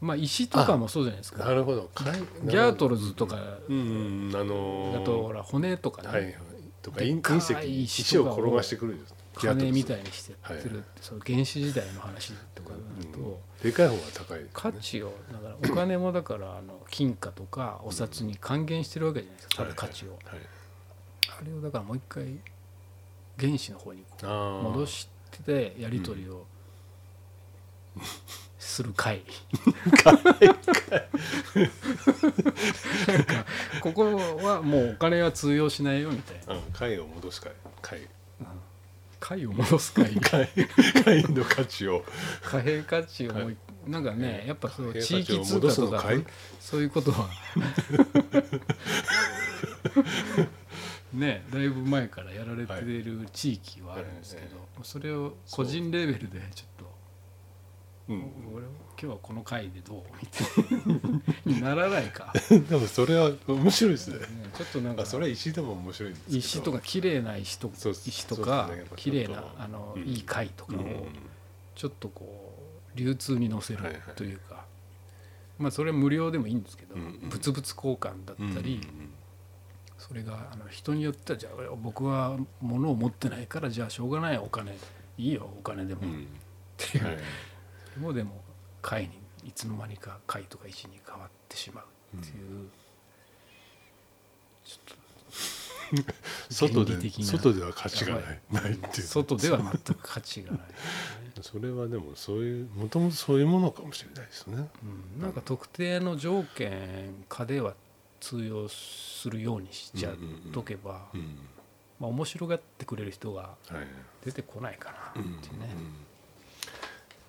まあ石とかもそうじゃないですんなかるほど貝ギャートルズとかうんうんあのーだとほら骨とかね、はいはいとか隕でっかい隕石石石とかをを転がしてくるんです金みたいいにしてってはいるって、その原始時代の話とかになると、でかい方が高いですね価値をだからお金もだからあの金貨とかお札に還元してるわけじゃないですか、その価値を、はいはいあれをだからもう一回原子の方にこうあー戻してやり取りをする会、なんかここはもうお金は通用しないよみたいなうん貝を戻すか貝貝を戻す貝貝 貝の価値を貨幣価値をもうなんかねやっぱその地域通貨貨幣価値を戻すとのかかいそういうこと はねだいぶ前からやられている地域はあるんですけど、はいそれを個人レベルでちょっとうん 俺は今日はこの回でどうみたいなならない か、ね、でもそれは面白いですねちょっとななんんかかそれは石でも面白いんですけど石とか綺麗な石とそうっす石とそかうっすねやっぱち綺ょっと麗なあの、うんいい貝とかうをんちょっとこう流通に乗せるはいはいというか、まあそれは無料でもいいんですけど、うんうん物々交換だったり、それがあの人によってはじゃあ俺僕は物を持ってないからじゃあしょうがないお金いいよお金でも、うんっうんていう、はいもうでも貝にいつの間にか貝とか石に変わってしまうっていう、ちょっ外原理で的な外では価値やがばないないってという外では全く価値がない、それはでもそういうもともとそういうものかもしれないですねうん、なんか特定の条件下では通用するようにしちゃっとけば、うんまあ、面白がってくれる人がはい出てこないかうなっんていうね、うん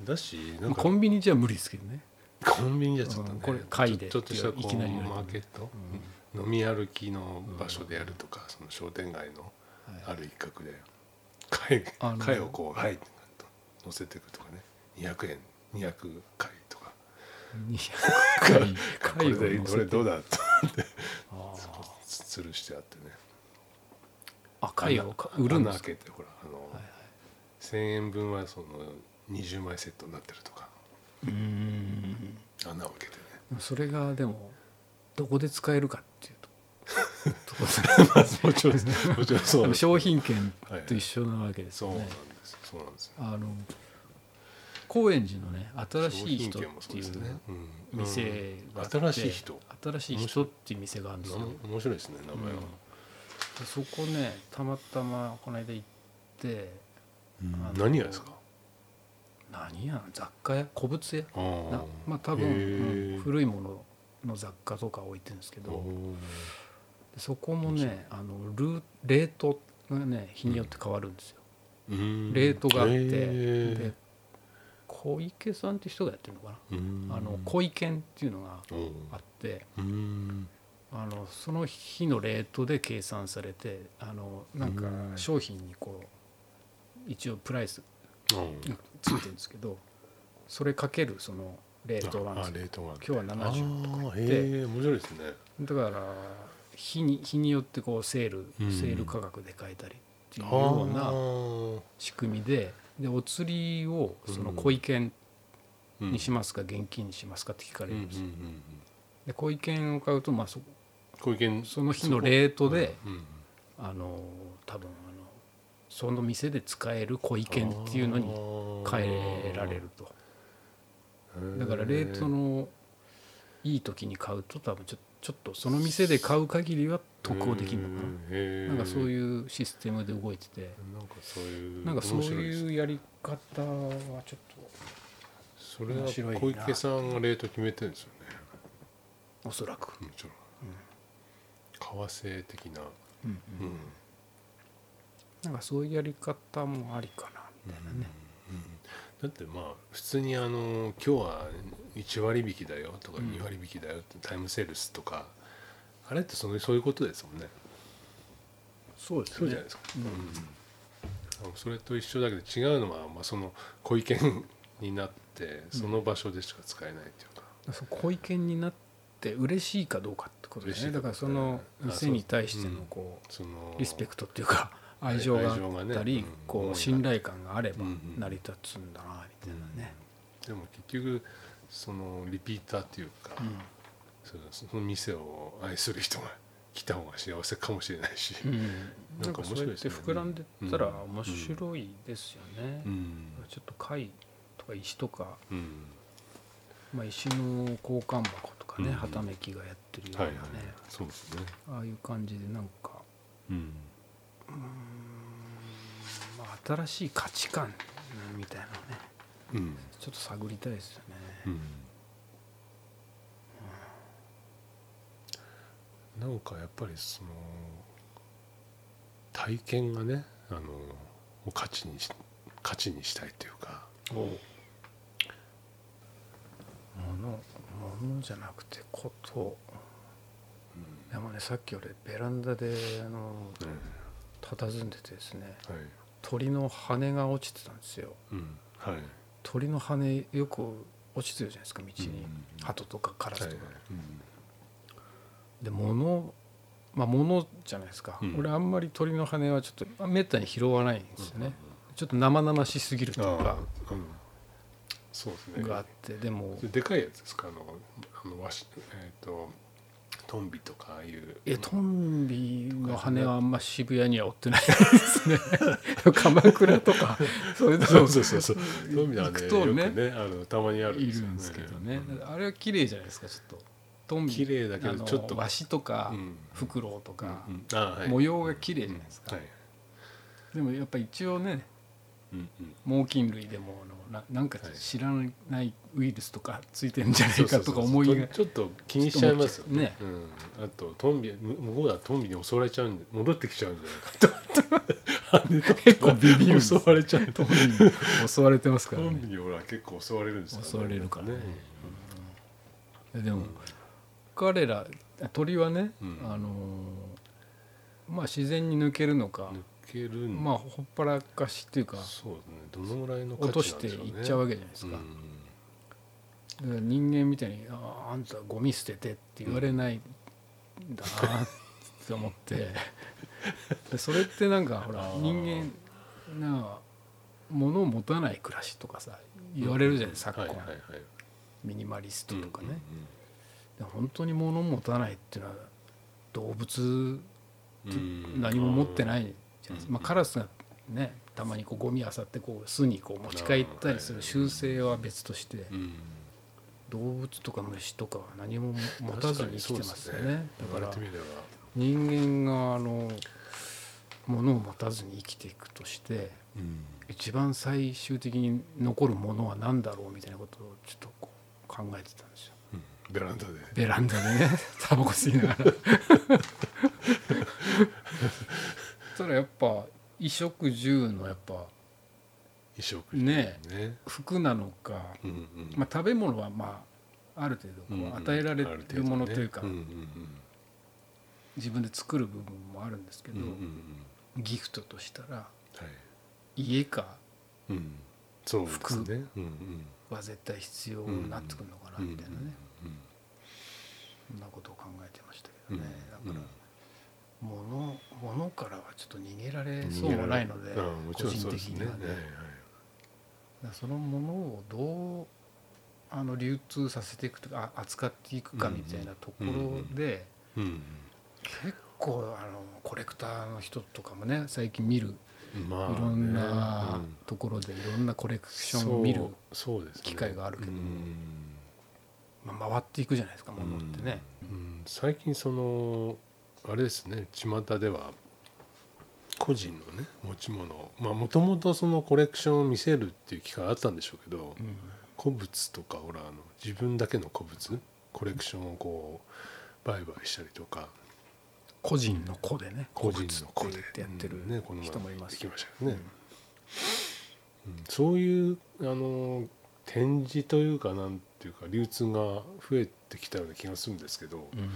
だしなまんあかコンビニじゃ無理ですけどねコンビニじゃちょっとうんねこれ貝でちょっとしたこいうきなり言われてもマーケット飲み歩きの場所でやるとかその商店街のある一角で貝あの貝をこう「はい」って乗せていくとかね200円200貝とか200こ回れをで乗どせれてどうだとあーつるしてあってねあ貝をか売るんです穴か開けてほらあのはいはい1,000円分はその20枚セットになってるとかうん穴を開け てねそれがでもどこで使えるかっていう ととこもちろんもちろんそうあのなんです商品券と一緒なわけですそうよね、なんですそうなんですよあの高円寺のね新しい人商品券もっそていうですねううん店があって、新しい人新しい人っていう店があるんですよ、うん面白いですね名前はでそこねたまたまこの間行ってあの何屋ですか何やん雑貨屋古物屋あーなまあ多分、へうーん古いものの雑貨とか置いてるんですけどおーでそこもねあのルーレートがね日によって変わるんですよ、うんレートがあって、へーで小池さんって人がやってるのかな、うんあの小池っていうのがおーあってうんあのその日のレートで計算されてあのなんかうん商品にこう一応プライスうんついてるんですけどそれかけるそのレートなんですあよ冷凍なんだ今日は70とかあーへえ面白いですねだから日に日によってこうセールうんセール価格で買えたりっていうようあなー仕組みででお釣りをそのうん小意見うんにしますか現金にしますかって聞かうんれうるんうんんですよで小意見を買うとまあそ小池その日のレートでうんあの多分あのその店で使える小意見っていうのに変えられるとだからレートのいい時に買うと多分ちょちょっとその店で買う限りは得をできるのかなななんかそうういうシステムで動いてて、なんかそういうなんかそう面白ですいうやり方はちょっそれは面白いな小池さんがレート決めてるんですよねとおそらく、もちろん為替的なうんなんかそういうやり方もありかなみたいなね、だってまあ普通にあの「今日は1割引きだよ」とか「2割引きだよ」ってタイムセールスとかあれってそのそういうことですもんねそうでそうじゃないですか、うんそれと一緒だけど違うのは、まあ、その小意見になってその場所でしか使えないっていうか、そう小意見になって嬉しいかどうかってことですね嬉しいだかからその店に対してのあそうこそのうリスペクトっていうか愛情があ愛情がっねたりうんこ思いうが信頼感があればうんうん成り立つんだなみたいなね、でも結局そのリピーターっていうか、そのその店を愛する人が来た方が幸せかもしれないし、うんななんんかか面そや白いうっですてね膨らんでったら面白いですよね、うんちょっと貝とか石とか、うんまあ、石の交換箱とかね、うんはためきがやってるようはいなはいね、そうですね、ああいう感じでなんかうん、まあ新しい価値観みたいなのねうんちょっと探りたいですよね、うんなんかやっぱりその体験がねあのを価値にし価値にしたいというかおうものものじゃなくてことうんでもねさっき俺ベランダであの佇んでてですねはい鳥の羽が落ちてたんですようんはい鳥の羽よく落ちてるじゃないですか道うんうんにうん鳩とかカラはスいとかうんで物まあ物じゃないですか、うん俺あんまり鳥の羽はちょっとめったに拾わないんですよね、ちょっと生々しすぎるとあかあうんそうですねがあってでもででかいやつですかあのあのわしえっ、とトンビとかああいうえトンビの羽はあんま渋谷には追ってない ですね鎌倉とかそういうとそうこそうそうそうトンビは行ねくよとくねねあのたまにあるいるんですけどねうんあれは綺麗じゃないですかちょっとトンビ綺麗だけどあのちょっとワシとか、うんフクロウとか、うんあはい模様が綺麗じゃないですかうんはいでもやっぱ一応ねうんうん猛禽類でもあのななんかはい知らないウイルスとかついてんじゃないかとか思いがちょっと気にしちゃいますよねねうん、あとトンビむ向こうだとトンビに襲われちゃうんで戻ってきちゃうん じゃないかと結構ビビるんです襲よわれちゃうトとンビに襲われてますかトらンねビにほら結構襲われるんですよ、襲われるからねうんでも彼ら鳥はね、うんあのーまあ自然に抜けるのか、抜けるんまあほっぱらかしっていうかそうねどのぐらいの落としていっちゃうわけじゃないですか、だから人間みたいに「あああんたゴミ捨てて」って言われないんだなって思 ってでそれってなんかほらあー人間なんか物を持たない暮らしとかさ言われるじゃない、昨今、はいはいはいミニマリストとかね、うんで本当に物を持たないっていうのは動物うんうん何も持ってないじゃないですうか、んまあ、カラスがねたまにこうゴミ漁ってこう巣にこう持ち帰ったりする習性は別として。うん動物とか虫とかは何も持たずに生きてますよね確だからかにそうですね言われてみれば人間があの物を持たずに生きていくとしてうん一番最終的に残るものは何だろうみたいなことをちょっとこう考えてたんですようんベランダでベランダで ねタバコ吸いなが らそしたらやっぱ衣食住のやっぱ衣食住ねね服なのか、うんうんまあ、食べ物はまあある程う度んこうんう与えられてるものというか、ある程度ねうん自分で作る部分もあるんですけうんうど、んうんうんうんギフトとしたらはい家かうんそうですねうんうんは絶対必要になってくるのかなみたいなね、うんそんなことを考えてましたけどうんね、うんだから物物からはちょっと逃げられうんそうもないので、うんも個ちろんそ人うで的すにねはねはいはいだからその物をどうあの流通させていくとかあ扱っていくかみたいなところで、うんうん結構あのコレクターの人とかもね最近見るまいあねろんうなんところでいろんなコレクションを見るそうそうですね機会があるけどうんまあ、回っていくじゃないですか物ってね、うんうん最近そのあれですね巷では個人のね持ち物をまあもともとそのコレクションを見せるっていう機会あったんでしょうけど、うん古物とかほらあの自分だけの古物コレクションをこう売買したりとか個人の個でね個人の個個人ってやってるうんねこの前人もいますできましたけどね、うんそういうあの展示というかなんていうか流通が増えてきたような気がするんですけど、うん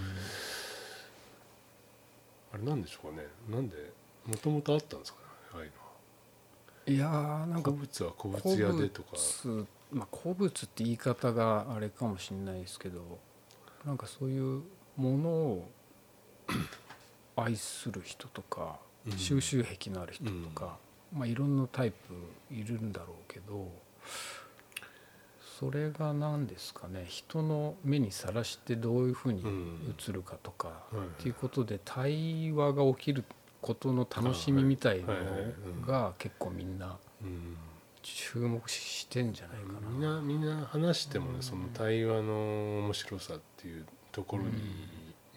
あれなんでしょうかねなんでもともとあったんですかねああいうのいやーなはんか古物は古古物屋でとか物まあ、古物って言い方があれかもしれないですけどなんかそういうもの を愛する人とかうん収集癖のある人とか、まあ、いろんなタイプいるんだろうけどそれが何ですかね人の目にさらしてどういうふうにうん映るかとか、いはいっていうことで対話が起きることの楽しみみたいのはいはいはいはいうんが結構みんなうん注目してんじゃないかみんな。なみんな話してもうねんその対話の面白さっていうところに,、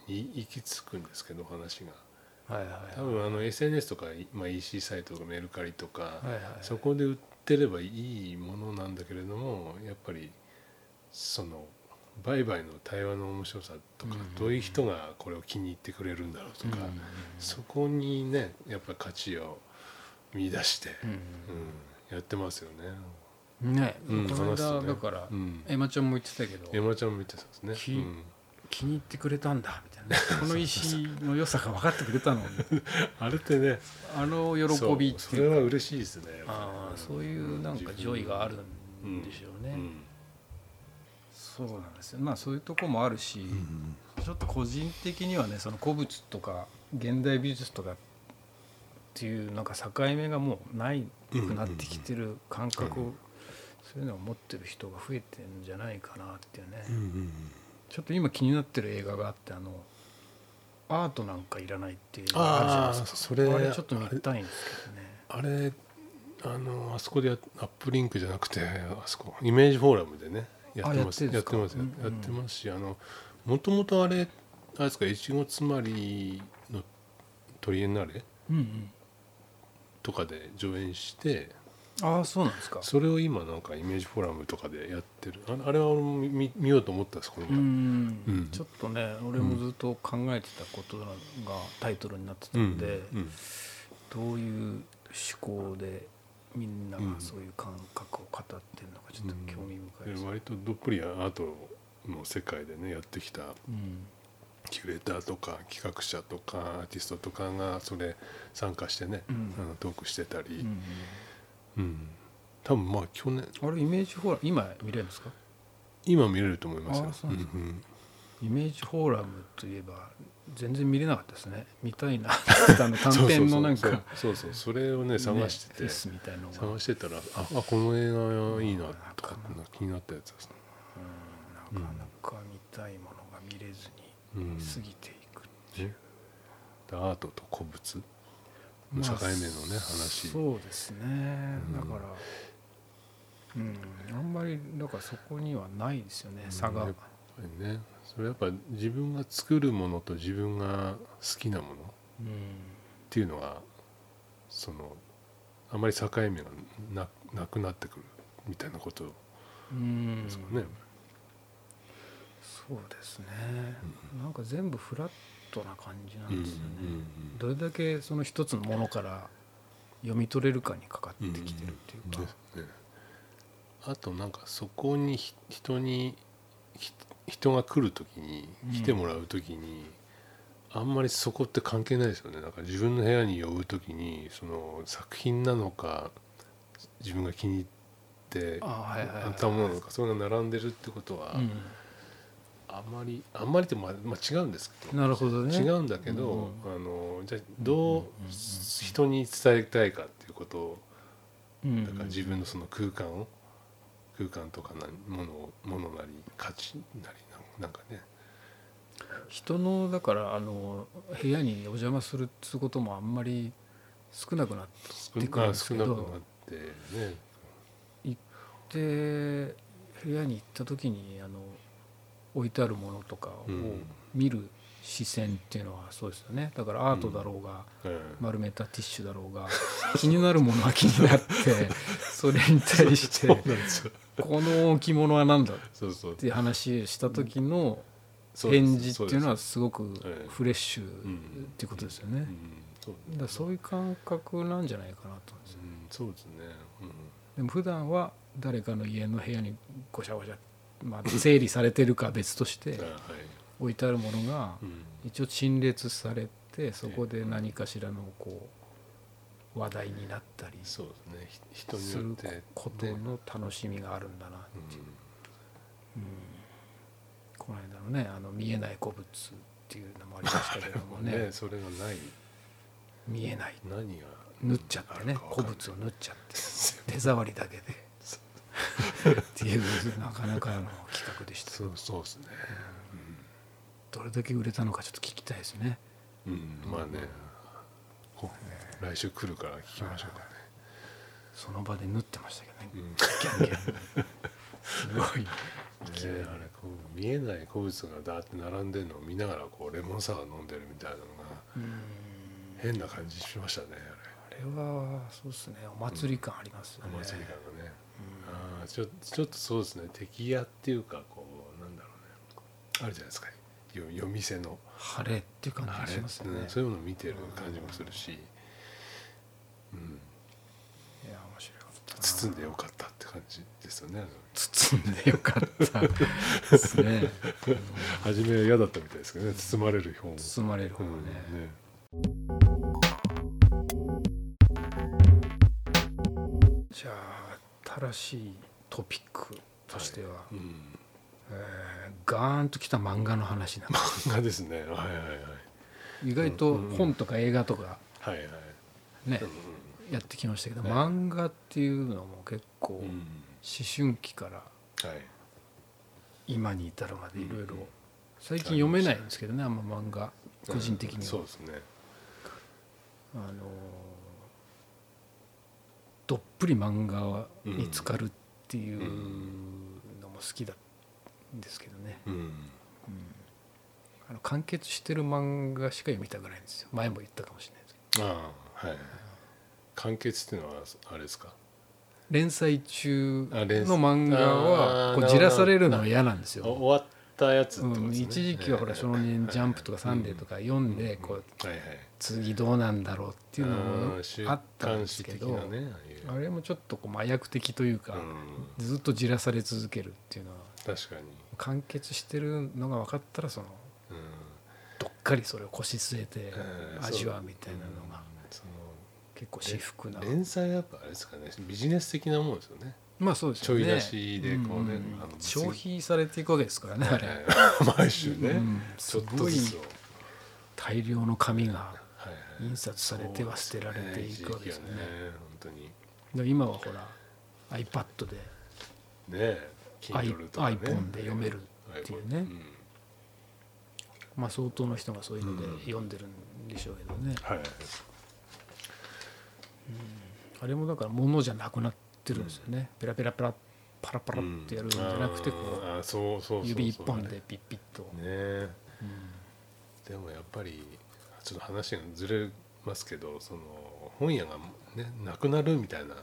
に行き着くんですけど話がはいはい多分あの SNS とか、まあ、EC サイトとかメルカリとか、はいはいはいそこで売ってればいいものなんだけれどもやっぱりその売買の対話の面白さとか、うんどういう人がこれを気に入ってくれるんだろうとか、うんそこにねやっぱり価値を見出して、うんやってますよね。うんねうんこの話す間よねだからうんエマちゃんも言ってたけどエマちゃんも言ってたんですね。きうん気に入ってくれたんだみた いなこの石の良さが分かってくれたのあれってねあの喜びっそうそていれうは嬉しいですね。ああそういうなんかジョイがあるんでしょうね、うんそうなんですよまあそういうとこもあるし、うんちょっと個人的にはねその古物とか現代美術とかっていうなんか境目がもうないくなってきてる感覚を、うんそういうのを持ってる人が増えてるんじゃないかなっていうね、うんうんちょっと今気になってる映画があってあのアートなんかいらないっていう映画あるじゃないあですそれかあれちょっと見たいんですけどねあれあのあそこでやアップリンクじゃなくてあそこイメージフォーラムでねやってますあややっっててるんまですすかやうんうんってますしあのもともとあれあれですか越後つまりのトリエンナーレうんうんとかで上演してああそうなんですかそれを今なんかイメージフォーラムとかでやってるああれは俺も見見ようと思ったんですこのう前ん、うんちょっとね俺もずっと考えてたことがタイトルになってたうんんで、うんどういう思考でみんながうんそういう感覚を語ってるのかちょっと興味深いです、で割とどっぷりアートの世界でねやってきたうんキュレーターとか企画者とかアーティストとかがそれ参加してね、うんあのトークしてたり、うんうん多分まあ去年あれイメージフォーラム今見れるんですか今見れると思いますあよ。そうですかんんイメージフォーラムといえば全然見れなかったですね見たいなあ の短編のなんかねそうそうそうそうそうそれをね探してて、フェスみたいのが探してたらああこの映画いいなとかうん気になったやつですね。うんなかなか見たいものが見れずうにん過ぎていく、ねでアートと古物の境目のね、まあ話。そうですね、うんだからうんあんまりだからそこにはないですよねうん差が、やっぱりねそれやっぱ自分が作るものと自分が好きなものっうんていうのはそのあまり境目がななくなってくるみたいなことうんですかね。そうですね、なんか全部フラットな感じなうんうんんですよね、うんどれだけその一つのものから読み取れるかにかかってきてるっていうか、ですねあとなんかそこにひ人にひ人が来る時にうん来てもらう時に、あんまりそこって関係ないですよねなんか自分の部屋に呼ぶ時にその作品なのか自分が気に入ってあはいはいはいあったものなのかそれが並んでるってことうは、あんまりあんまりってまあ、まあ、違うんですけんど。なるほどね違うんだけうどん、あのじゃあうんうんどうんううん人に伝えたいかっていうことをうんだから自分のその空間を空間とかなものをものなり価値なりなんなんかね人のだからあの部屋にお邪魔するっていうこともあんまり少なくなっ少でくるんなですけ少どなくなってねて部屋に行った時にあの置いてあるものとかをうん見る視線っていうのはそうですよねだからアートだろうが、うん丸めたティッシュだろうが 気になるものは気になって それに対してそうなんですよこの置物は何だっそうそうて話をした時のそうです返事っていうのそうではすごくフレッシうュんっていうことですよすねう。んそうだからそういう感覚なんじゃないかなと思うんですようんそうですねでも普段は誰かの家の部屋にごちゃごちゃ、まあ、整理されてるかは別としうてんあはい置いてあるものがうん一応陳列されてそこで何かしらのこう話題になったりすそうですねひ人によっるてことの楽しみがあるんだなっていう、うん、この間のねあの見えない古物っていうのもありましたけどもうんねねそれがない見えない何が縫っちゃってねあるかわか古んない物を縫っちゃって手触りだけでっていうなかなかの企画でしたそうそうですねどれだけ売れたのかちょっと聞きたいですねうんまあねこ来週来るから聞きましょうかねその場で縫ってましたけどねうんギャンギャンすごいねえ、あれこう見えない古物がだーって並んでるのを見ながらこうレモンサワー飲んでるみたいなのがうん変な感じしましたねあれはそうですねお祭り感ありますよあれねお祭り感がね、ああちょちょっとそうですね敵屋っていうかこうなんだろうねあるじゃないですかよ夜店の晴れっていう感あじれがしますようねんそういうのを見てる感じもするし、うん、いや面白かったな包んでよかったって感じですよね包んでよかったですね初めは嫌だったみたいですけどね包まれる方も、包まれる方がね、うんねじゃあ新しいトピックとしては、うん、えーガーンときた漫画の話なんで 漫画ですねはいはいはい意外とうん本とか映画とかはいはいね、うやってきましたけど、はい漫画っていうのも結構ん、う思ん、春期からはい今に至るまでいろいろうん最近読めないんですけどねあんま漫画個人的うんにそはうですねあのーどっぷり漫画に浸かるっていうのも好きだんですけどね、うんうんあの完結してる漫画しか読みたくないんですよ前も言ったかもしれないですけどああはい完結っていうのはあれですか連載中あ連の載漫画はあーこうなるほどじらされるのは嫌なんですおよ、終わったやつってことうん、ですね一時期はほら「少年ジャンプ」とか「サンデー」とかか読んでこうはいはい次どうなんだろうっていうのあもー週あったんで刊す誌け的どなねああいうあれもちょっとこう麻薬的というかうんずっとじらされ続けるっていうのは確かに、完結してるのが分かったらそのうんどっかりそれを腰据えてうん味わうみたいなのがそ結構至福なの連載はやっぱあれですかねビジネス的なもんですよねまあそうですちょい出しでこうね、んあの消費されていくわけですからねあれ、 毎週ね、うんちょっとずすつをごい大量の紙がはいはい印刷されては捨てられていくわけですよねそうですね本当にねで今はほら iPad で、え I- Kindle とかね iPhone で読めるっていうね、 iPhone んまあ相当の人がそういうのでうん読んでるんでしょうけどね、はいあれもだからものじゃなくなってるんですよね、ペラペラペラパラパラってやるんじゃなくてこうんあーそうそうそううそう指一本でピッピッと、ねえうんでもやっぱりちょっと話がずれますけどその本屋がねなくなるみたいな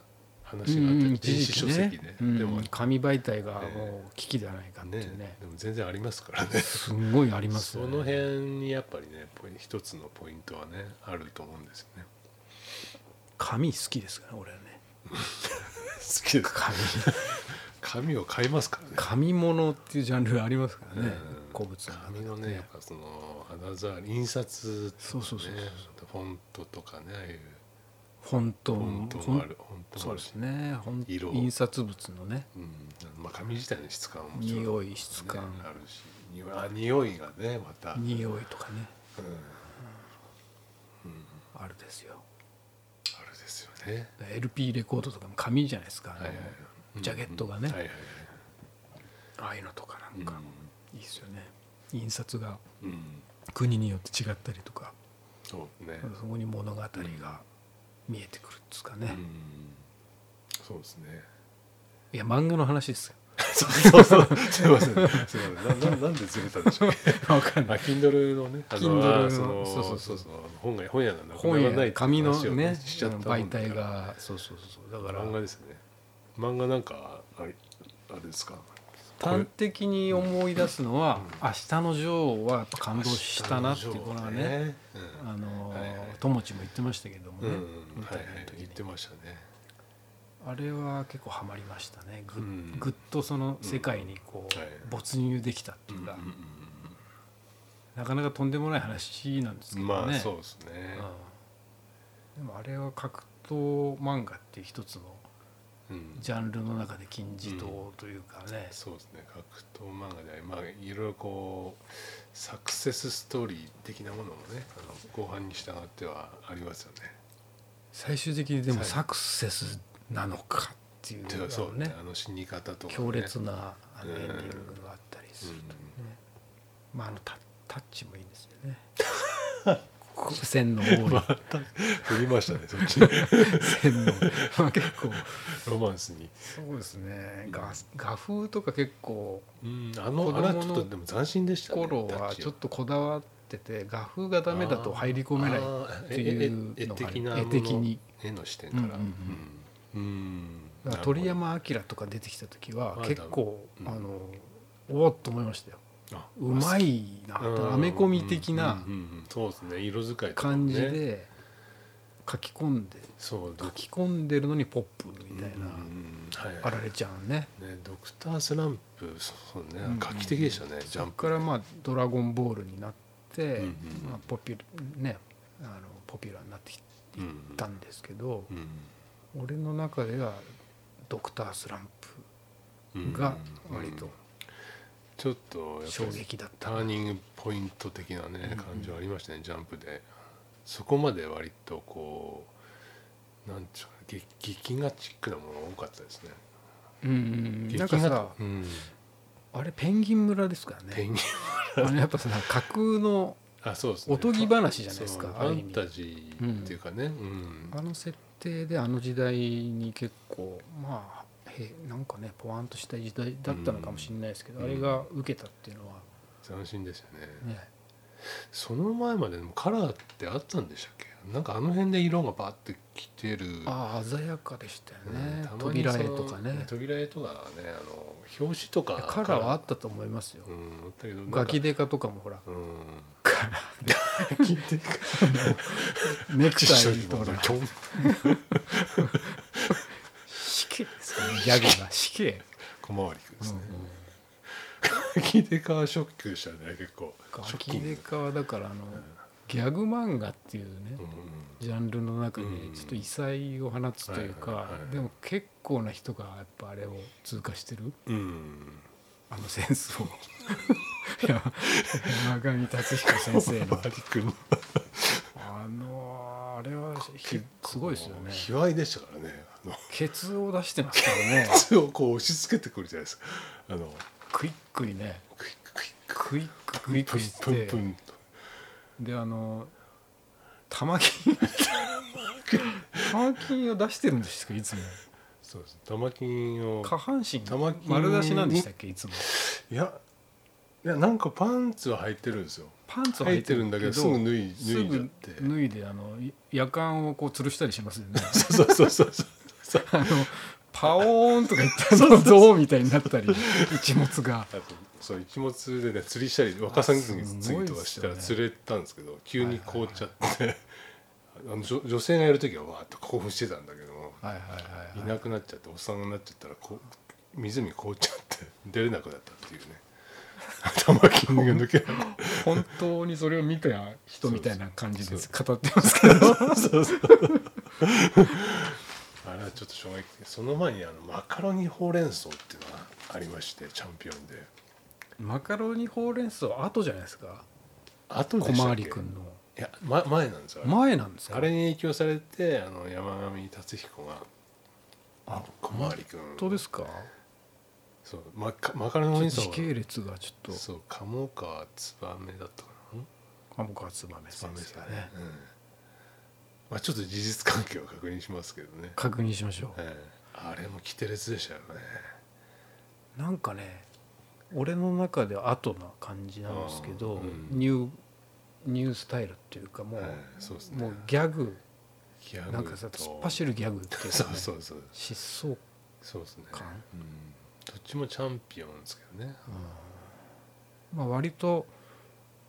話があって電子書籍で、うんでもね紙媒体がもう危機ではないかっていうねでも全然ありますからねすんごいありますそよねの辺にやっぱりねポイ一つのポイントはねあると思うんですよね紙好きですからね俺はね好きです紙紙を買いますからね 紙物っていうジャンルありますからねうん古物の中で紙のねやっぱその肌触り印刷とかねそうそうそうそうフォントとかねああいう本当フォントもあほんるフォントもそあうるでしすねほん色印刷物のねうんまあ、紙自体の質感はもちろん、匂い質感、ねあるし匂いあ匂いがねまた、うん、匂いとかねあるあるですよですよね、 LP レコードとかも紙じゃないですか、はいはいうんジャケットがねはいはいはいああいうのとかなんうかいいですよね、印刷がんうん国によって違ったりとかそうね、そこに物語が見えてくるんですかね、ういんそうですねや漫画の話ですよ そうそうそうすいませんすいませんなななんでずれたんで しょうわかんあない Kindle のねあ Kindle のあそのそそうそうそううそそうう本が本屋がなくな本らないやって紙の話をねしちゃったもんだ媒体からがそうそうそうそうだから漫画ですね漫画なんかあれあれですか端的に思い出すのは「明日の女王」はやっぱ感動したなっていうこれはね、うんあのはいはい友知も言ってましたけどもうね、んインはタいビはューのい時言っにてましたねあれは結構ハマりましたねぐ,、うんぐっとその世界にこう、はい没入できたっていうか、なかなかとんでもない話なんですけどね、まあそうですねうんでもあれは格闘漫画っていう一つのうんジャンルの中で金字塔というかね、そうですね格闘漫画でありまあいろいろこうサクセスストーリー的なものもねあの後半に従ってはありますよね最終的にでもはいサクセスなのかっていうてかのそがうねねあの死に方とかね強烈なあのうんエンディングがあったりするとね、まああのタタッチもいいんですよねこう線の多い振りましたねそ っち線の、まあ、結構ロマンスにそうですね画画風とか結構うんあ子の供あのれはちょっとでも斬新でしたね頃はタッチちょっとこだわってて画風がダメだと入り込めないっていうあーええの絵が的なもの絵的に絵の視点からううんんうんだから鳥山明とか出てきた時はまあ結構だあうんのおおっと思いましたよあうまいなとアメコミ的なうんうんうんそうですね色使いとかも感ねじで書き込んでそう書き込んでるのにポップみたいうんうなんうんはいあられちゃうねねドクタースランプそうそううんうんね画期的でしたね、ジャそンっプからまあ「ドラゴンボール」になって、うんうんまあ、ポピュねあのポピュラーになってきうんたんですけどう、ん俺の中では「ドクター・スランうんプ」が割うとんちょっとやっぱ衝り撃だっタた、ーニングポイント的なね、うん感じはありましたねジャンプでそこまで割とこうなんちゅうか劇劇画チックなものが多かったですねうんうんうん、なんか劇さ画うん、あれペンギン村ですからペねンギンあれやっぱさ架空のあそうですねおとぎ話じゃないですそかうあフるァ意ン味タジーっていうかね、うんあの設定であの時代に結構まあへなんかねポワンとした時代だったのかもしれないですけど、うんあれが受けたっていうのは斬新でしたねね、その前まででもカラーってあったんでしたっけなんかあの辺で色がバッてきてるああ鮮やかでしたようんねた、まにそ扉絵のとかね扉絵とかねあの表紙とかカラーはあったと思いますようんあったけどなんかガキデカとかもほらうんガキデカネクタイとか ちょっと死刑ですかねギャグが死刑小回りくんですね。ガキデカはショックでしたね結構。ガショッキキングデカはだからあのギャグ漫画っていうねうんジャンルの中でうんちょっと異彩を放つというはいかはいはいでも結構な人がやっぱあれを通過してるうん。うん。あのセンスを いや山上達彦先生の 小回りくんはあのあれはひすごいですよね卑猥でしたからね。あのケツを出してますからね靴をこう押し付けてくるじゃないですか。あのクイックイねクイッククイイッククイップクンしプンてプンと。であの玉金玉金を出してるんですかいつもそうです。玉金を下半身玉金丸出しなんでしたっけいつもいやいやなんかパンツは履いてるんですよ。パンツは履履いいててるるんんだだけけどどすぐ脱い脱すいじゃっぐて。脱いであのい夜間をこう吊るしたりしますよ ねそうそうそうそうそう。あのパオーンとか言ってあのゾウみたいになったり一物があとそう一物でね釣りしたりワカサギ釣あすごいりとかしたらですよ釣れたんですけど急に凍っちゃってあの女女性がいる時はわーっと興奮してたんだけどもはいはいいはい、はい、なくなっちゃっておっさんになっちゃったらこう湖凍っちゃって出れなくなったっていうね 頭金が抜けなかっ 本当にそれを見た人みたいな感じそうでそ語ってますけどたそうそうあれはちょっと衝撃的その前にあのマカロニほうれん草っていうのがありましてチャンピオンでマカロニほうれん草後じゃないですかあとで小した回っけりくんのいや、ま、前なんですよあれ前なんですかあれに影響されてあの山上達彦があ小回り君本当ですかそうマカマカロニお兄さん時は系列がちょっそう鴨川つばめだったかなと鴨川つばめつさばんめでですすかかねね、うんまあ、ちょっと事実関係を確認しますけどね、確認しましょええあれもキテレツでしたよねうなんかね俺の中では後な感じなんですけど、うんニューニュースタイルっていうかもう、ええそうですねもうギャグギャグとなんかさ突っ走るギャグっていうか、ね、そうそうそう疾走そうですね、感うん、どっちもチャンピオンですけどねまあ割と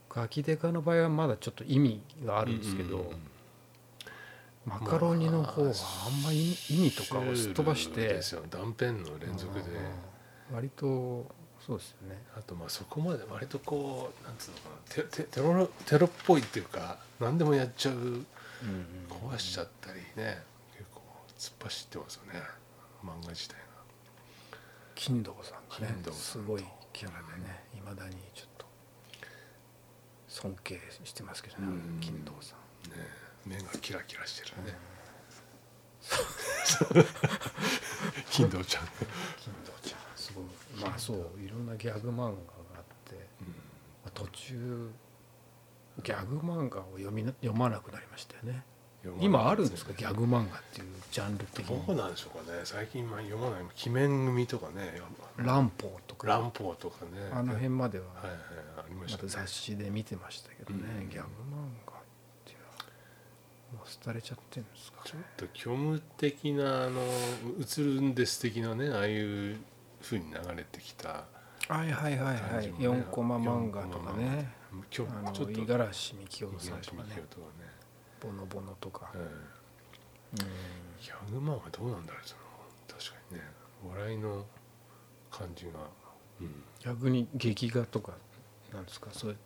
ガキデカの場合はまだちょっと意味があるんですけど、ううんうんマカロニの方はあんま意味意味とかをすっ飛ばしシュールてですよ断片の連続でうん割とそうですよねあとまあそこまで割とこうなんつうのかなテテテロテロっぽいっていうか何でもやっちゃう壊しちゃったりね結構突っ走ってますよね漫画自体金堂さんがね金堂さんとすごいキャラでねいまだにちょっと尊敬してますけどねうん金堂さんがね目がキラキラして るね金堂ちゃん、金堂ちゃんすごいまあそういろんなギャグ漫画があって、まあ途中ギャグ漫画を読みな読まなくなりましたよねうん今あるんですかギ逆ャグ漫画っていうジャンル的どうになんでしょうかね最近まあ読まない鬼面組とかね乱暴とか乱暴とかねあの辺までははいはいありまましたた雑誌で見てましたけどね、うんギャグ漫画っていうのはもう廃れちゃってるんですかちょねっと虚無的なあの映るんです的なねああいう風に流れてきたはいはいはいは感じいもね4コマ漫画とかね今あ日ちょのっと五十嵐美樹夫五十さん嵐と美か樹ね夫とかねボノボノとかう、んうんギャグ漫画どうなんだろうその確かにね笑いの感じがうん逆に劇画とかなんですかそういう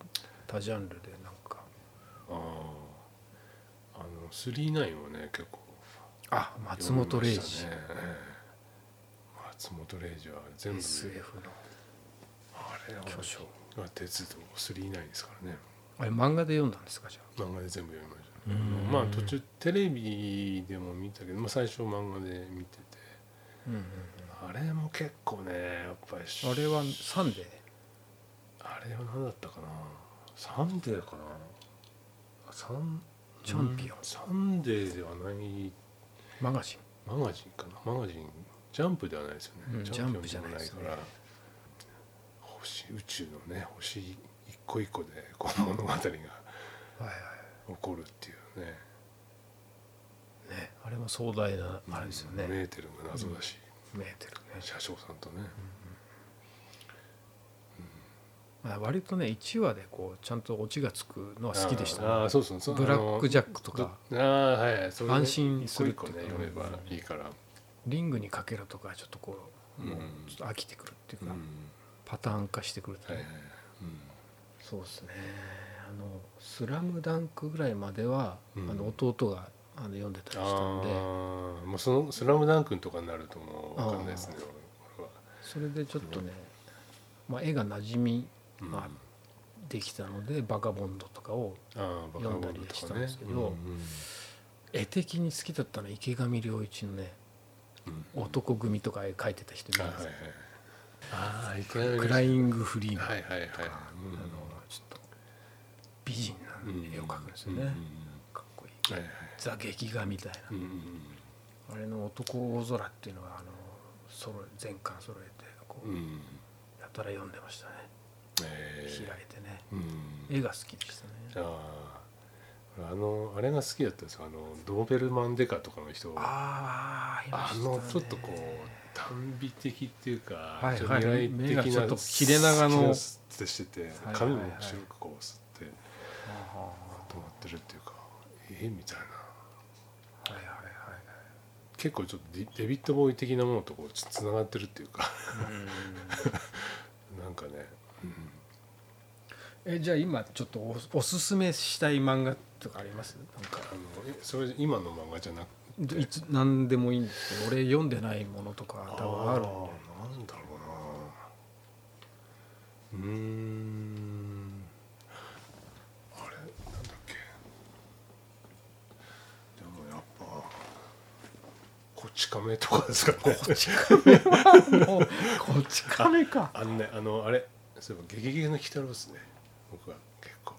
多ジャンルでなんかあああの39をね結構あ松本零士、読みましたねええ松本零士は全部 SF のあれ巨匠まあ鉄道39ですからねあれ漫画で読んだんですかじゃ漫画で全部読みましたうね、んまあ途中テレビでも見たけど、まあ、最初漫画で見ててあ、うんうんあれも結構ねやっぱりしうん、あれはサンデーあれは何だったかなサンデーかなあサンチャンピオンうんサンデーではないマガジンマガジンかなマガジンジャンプではないですよね、うんピオンジャンプじゃないですねから星宇宙のね星一個一個でこう物語が起はいはこるっていうねいねあれも壮大なあれですよね、メーテルが謎だし、メーテルね車掌さんとね、まあ割とね1話でこうちゃんとオチがつくのは好きでした、ね、ああそうそうそうブラック・ジャックととかああはいはいそれね安心する一個一個ねっていう読かめばいいからリングにかけろとかちょっとこうもううんちょっと飽きてくるっていううんか、パターン化してくるってはいいうはかいそうですねあの「スラムダンクぐらいまでは、うんあの弟があの読んでたりうん、したんでああもうその「スラムダンクとかになるともう分かんないですねあ俺はそれでちょっとね、まあ、絵が馴染みうんまあできたので「バカボンド」とかをああバカボンドと読んだりしたかんねですけどうんうん絵的に好きだったのは池上良一のねうん男組とか絵描いてた人いるあんはいですはいよああいくらクライング・フリーの,、はいはいはいあのちょっと美人な絵を描くんですよね、うんうんかっこいいうんはいはいザ・劇画みたいな、うんうんうんあれの「男大空」っていうのがあのそろ全巻揃えてこう、うんやたら読んでましたねえ開えいてねうん絵が好きでしたねあああのあれが好きだったんですよあのドーベルマンデカとかの人あーありまのしたねちょっとこう短美的っていうか、はいちょっと未来目が的ちょなっと切れ長のスッてしててはい髪も白くこう吸っては止まってるっていうかえみたいなあはいはいはい結構ちょっとディデビッド・ボーイ的なものとこうつつながってるっていうかはいなんかね、うんえじゃあ今ちょっとおおすすめしたい漫画とかありますなんかあのえそれ今の漫画じゃなくいつ何でもいいんですけど俺読んでないものとか多分あるんでーなんだろうなうーんあれなんだっけでもやっぱこち亀とかですかねもうこっち亀か あのねあのあれそういえば「ゲゲゲの鬼太郎」ですね僕は結構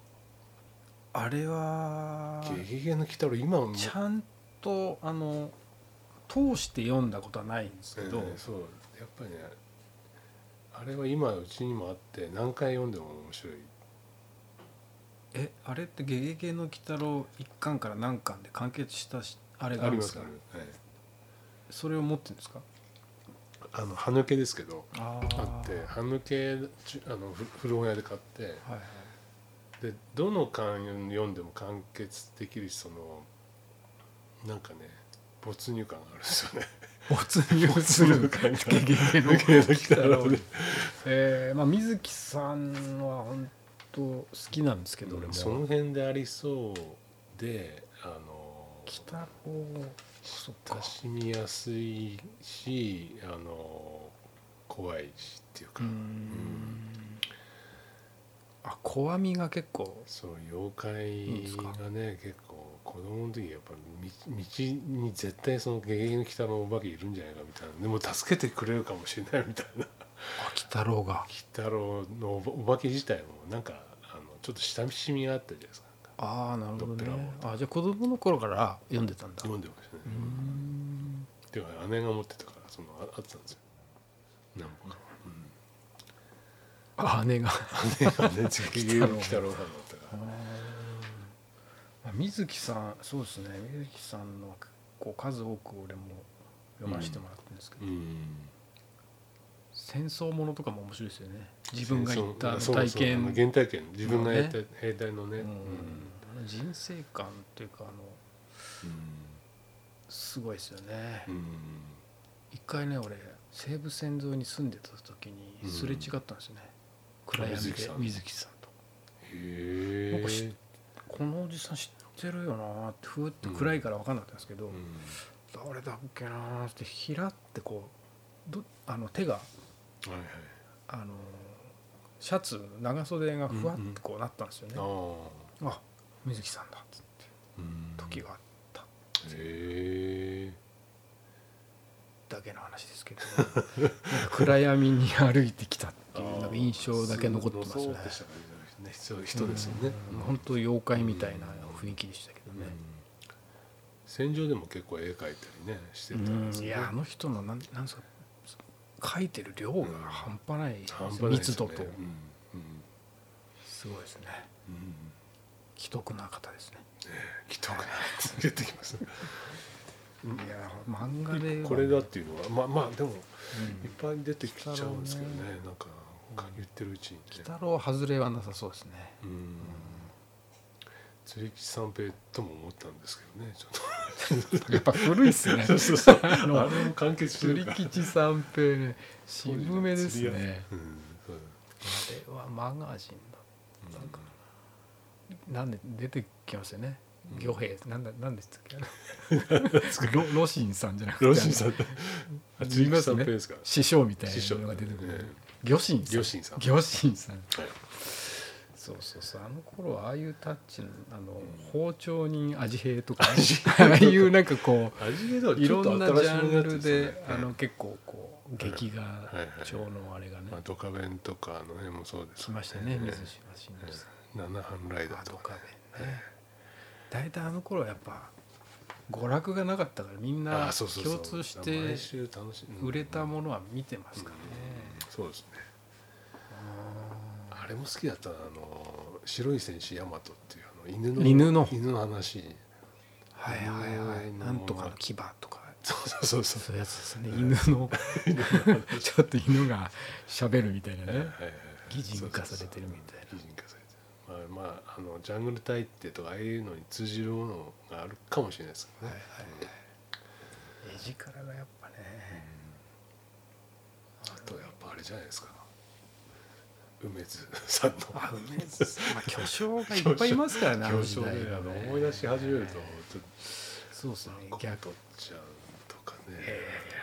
あれは「ゲゲゲの鬼太郎」今もちゃんとあの通して読んだことはないんですけど、うんそうやっぱりねあれは今うちにもあって何回読んでも面白いえあれって「ゲゲゲの鬼太郎」一巻から何巻で完結したしあれがああるりんでますすかからね、はいそれを持ってるんですかあの歯抜けですけどああって歯抜けちあのふ古本屋で買ってはいはいでどの巻読んでも完結できるしそのなんかね没入感があるんです よね。没入する没入感ゲゲゲの抜け鬼太郎でえーまあ水木さんは本当好きなんですけど、俺もその辺でありそうであの鬼太郎そっか親しみやすいしあの怖いしっていううか、ーんあ小網が結構そう妖怪がね結構子供の時やっぱり道道に絶対その「ゲゲゲの鬼太郎」のお化けいるんじゃないかみたいなでも助けてくれるかもしれないみたいな鬼あ鬼太郎が太郎のお化お化け自体もなんかあのちょっと親しみがあったじゃないですかなんかああなるほどドッペラねーあじゃあ子供の頃から読んでたんだ読んでましたねうー、んっていうか姉が持ってたからそのああったんですよ何本か、あ姉が姉がね「ゲゲゲの鬼太郎」ファンだったかあらー水木さんそうですね水木さんのは結構数多く俺も読ませてもらってるんですけど、うん戦争ものとかも面白いですよね自分が行っそたうそうそう体験あの原体験自分がやったま兵隊のね、ううんんあの人生観というかあのすごいですよね、うん一回ね俺西武線沿いに住んでた時にうんすれ違ったんですよね、暗闇水で木さん水木さんとへなんか知っえ、このおじさん知ってるよなーってふーって暗いから分かんなかったんですけど、うん誰だっけなーってひらってこうどあの手がはいはいあのーシャツ長袖がふわってこうなったんですよね、ああ水木さんだっつってあうん時があっへえただけの話ですけ どなんか暗闇に歩いてきたっていうなんか印象だけ残ってますねそうでした感じね人人ですよね、うん本当妖怪みたいな雰囲気でしたけどうんね、戦場でも結構絵描いたりねしてうたんんですよいねやあの人のなんなんですか書いてる量が半端ないですね、半端ないです密度よねとうんうんすごいですねうん奇特な方ですねきっと出てきますねいや漫画ではこれだっていうのはまあまあでもうんいっぱい出てきちゃうんですけどね鬼太なんか言ってるうちにね鬼太郎外れはなさそうですねうん釣り吉三平とも思ったんですけどねちょっとやっぱ古いっすね そうそうそうあのあれも完結して釣るりから吉三平ね渋めです釣り屋ねうんそうあれはマガジンだうんなんかなんで出てきますよねうん魚兵なんだなんでしたっけ ロロシンさんじゃなくてロシンさあんのだあ釣り吉三平ですか師匠みたい師匠なのが出てくえる魚神魚神さん魚神さんえはいそうそうそうあの頃はああいうタッチのあの包丁人味兵とかね味兵ああいうなんかこ味気ではうちいょろっとんなジ新しャめのンやつルすよねであの結構こう劇画はいはい調のあれがねまあドカベンとかあの辺もそうです来ましたね水島新司さん七半ライダあーととかかね大体あの頃はやっぱ娯楽がなかったからみんなあそうそうそう共通して毎週楽しい売れたものは見てますからねそうですねあれも好きだったなあの白い戦士ヤマトっていうあの犬の犬の犬の話はいはいはいうんなんとかの牙とかそうそうそそうそういうやつですね犬 のちょっと犬が喋るみたいなうはねいはいはい擬人化されてるみたいな擬人化されてるまあまああのジャングル大帝とかああいうのに通じるものがあるかもしれないですけどね絵力がやっぱねあとやっぱあれじゃないですか梅津さんのあ梅津 さんまあ巨匠がいっぱいいますからねあの表時彰代であはのね思い出し始めるとちょっそうですねと逆誠ちゃんとかえね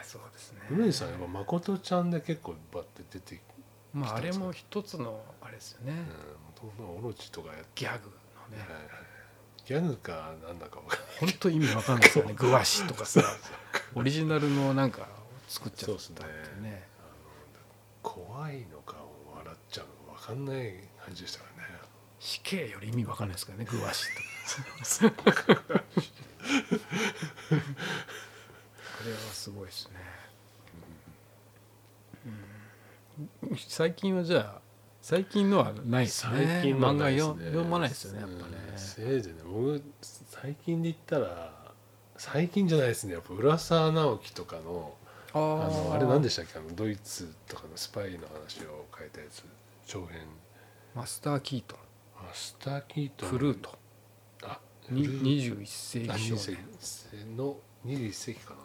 えそうですね梅津さんやっぱ誠ちゃんで結構バッて出てまああれも一つのあれですよね、うん元々オロチとかやってギャグのねはいはいギャグかなんだかわかんない本当意味わかんないですよねグワシとかさオリジナルのなんか作っちゃったってそうっすねねあの怖いのか笑っちゃうのかわかんない感じでしたからね死刑より意味わかんないですからねグワシ とかあれはすごいですね、うん最近はじゃあ最近のはないですね最近のは漫画ないですよ読まないですよねやっぱね、うんせいぜいね僕最近で言ったら最近じゃないですねやっぱ浦沢直樹とかのああーのあれ何でしたっけあのドイツとかのスパイの話を書いたやつ長編マスター・キートンマスター・キートンフルートあフルにー21世あ紀21少世年紀の21世紀かな、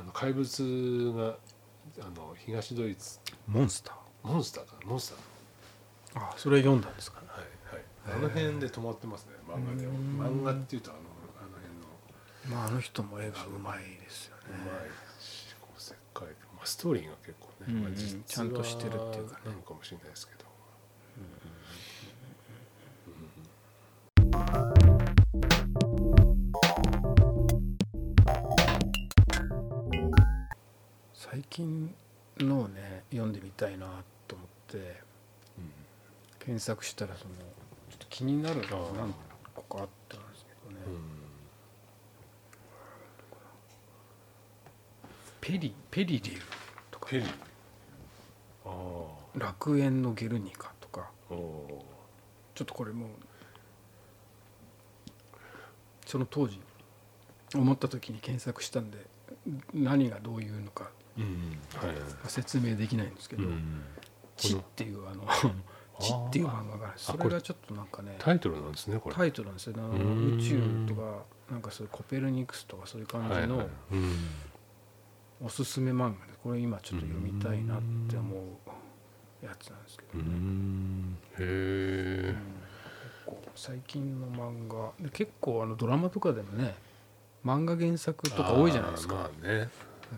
あの怪物があの東ドイツモンスターモンスターかなモンスターかあそれ読んだんですかねなはいはいあの辺で止まってますね漫画ではうん漫画っていうとあのあの辺のまああの人も絵がうまいですようねまいしこう世界、まあ、ストーリーが結構ね、うんうんまあ実はちゃんとしてるっていうかねなのかもしれないですけど、最近のをね読んでみたいなと思って検索したらそのちょっと気になるのあーが何個かあったんですけどね、ペリペリリューとかペリーああ楽園のゲルニカとかおおちょっとこれもうその当時思った時に検索したんで何がどういうのかうんはい説明できないんですけどうん「ち」っていう あの「ち」っていう漫画があるそれがちょっとなんかねタイトルなんですねこれタイトルなんですよねあのうん宇宙とかなんかそういうコペルニクスとかそういう感じはのいはいうんおすすめ漫画でこれ今ちょっと読みたいなって思うやつなんですけうどね、んへえこう最近の漫画で結構あのドラマとかでもね漫画原作とか多いじゃないですかあーまあね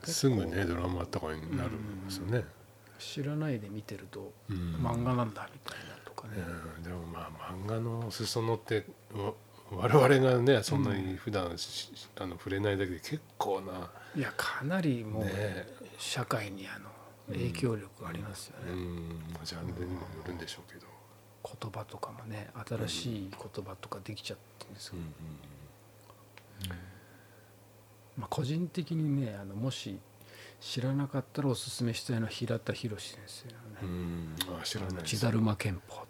結構すぐねドラマとかになるんですよね知らないで見てるとうん漫画なんだみたいなとかね、うんでもまあ漫画の裾野ってわ 我々がねそんなに普段し、あの触れないだけで結構ないやかなりもうねえ社会にあの影響力ありますよね、うんまあジャンルにもよるんでしょうけど、言葉とかもね新しい言葉とかできちゃってるんですけど、まあ、個人的にねあのもし知らなかったらおすすめしたいのは平田博先生のね、うんあ知らないです血だるま憲法っ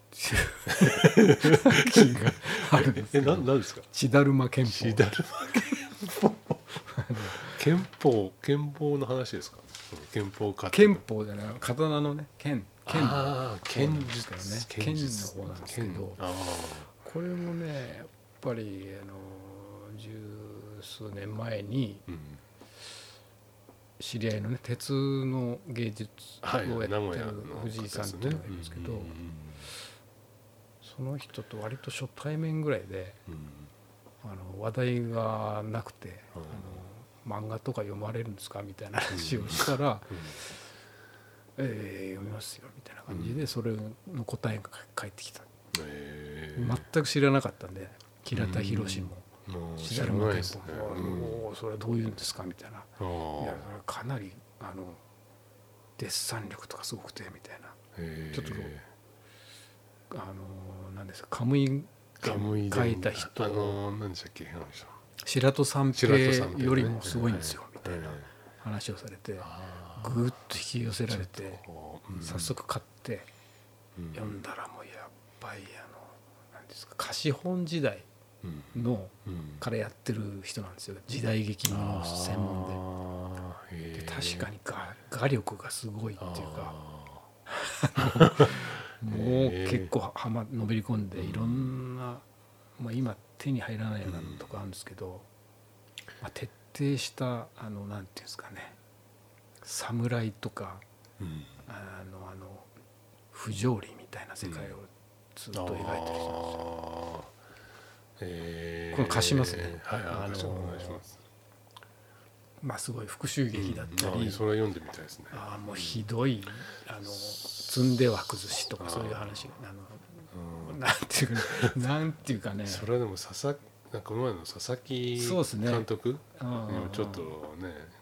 ていう気があるん ですえけなどなんですか血だるま憲法血だるま憲法憲法の話ですか憲法家憲法じゃない刀のね剣剣ああ剣剣です術からね剣術剣の方なんですけど剣あこれもねやっぱりあの十数年前にーうん知り合いのね鉄の芸術をはい、やって名古屋るの藤井さんっていうのがいるんですけど、うんその人と割と初対面ぐらいでうんうんあの話題がなくて、うんあの漫画とか読まれるんですかみたいな話をしたら「えー読みますよ」みたいな感じでそれの答えが返ってきた、え全く知らなかったんで平田博も。ーもう知知らられなまいけですね。うんおおそれはどういうんですかみたいなあーいやそれはかなりあのデッサン力とかすごくてみたいなへーちょっとこあのなんですかカムイガムイ伝書いた人あのー何でしたっけあの人白戸三白戸さん平よりもすごいんですよみたいなな話をされてぐーっと引き寄せられて早速買って読んだらもうやっぱりあのなんですか貸本時代のからやってる人なんですよ時代劇もの専門で。でで確かに画画力がすごいっていうかもうへえ結構はまのめり込んでいろんな、まあ、今手に入らないようなとこあるんですけど、まあ、徹底したあのなんていうんですかね侍とかあのあの不条理みたいな世界をずっと描いてる人なんですよ。えこれ貸しますねはい、ああのーのお願いします。まあ、すごい復讐劇だったうんり、あそれ読んでみたいですね。ああもうひどいあの積んでは崩しとかそういう話あうんのなんていうかなんていうかねそれはでも佐々なんかこの前の佐々木そうですね監督うんうんうんにもちょっとね、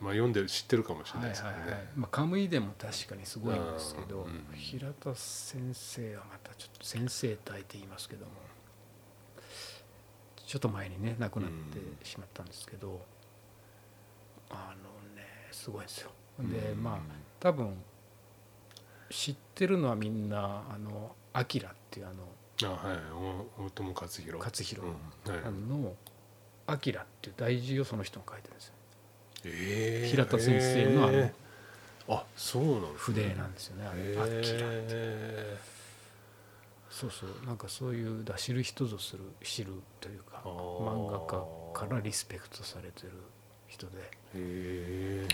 まあ、読んでる知ってるかもしれはなはいいですけどね、いはい、まあ、カムイでも確かにすごいんですけど、うんうん平田先生はまたちょっと先生体って言いますけどもちょっと前にね亡くなってしまったんですけど、あのねすごいんですよでうんまあ多分知ってるのはみんなあのアキラっていうあのあはいお大友克洋勝弘うんはいあのアキラっていう大事をその人が書いてるんですよえー平田先生のあのえーあそうなんですね筆なんですよねあれ、アキラって。えそうそうなんかそういうだ知る人ぞする知るというかあー漫画家からリスペクトされてる人でーえ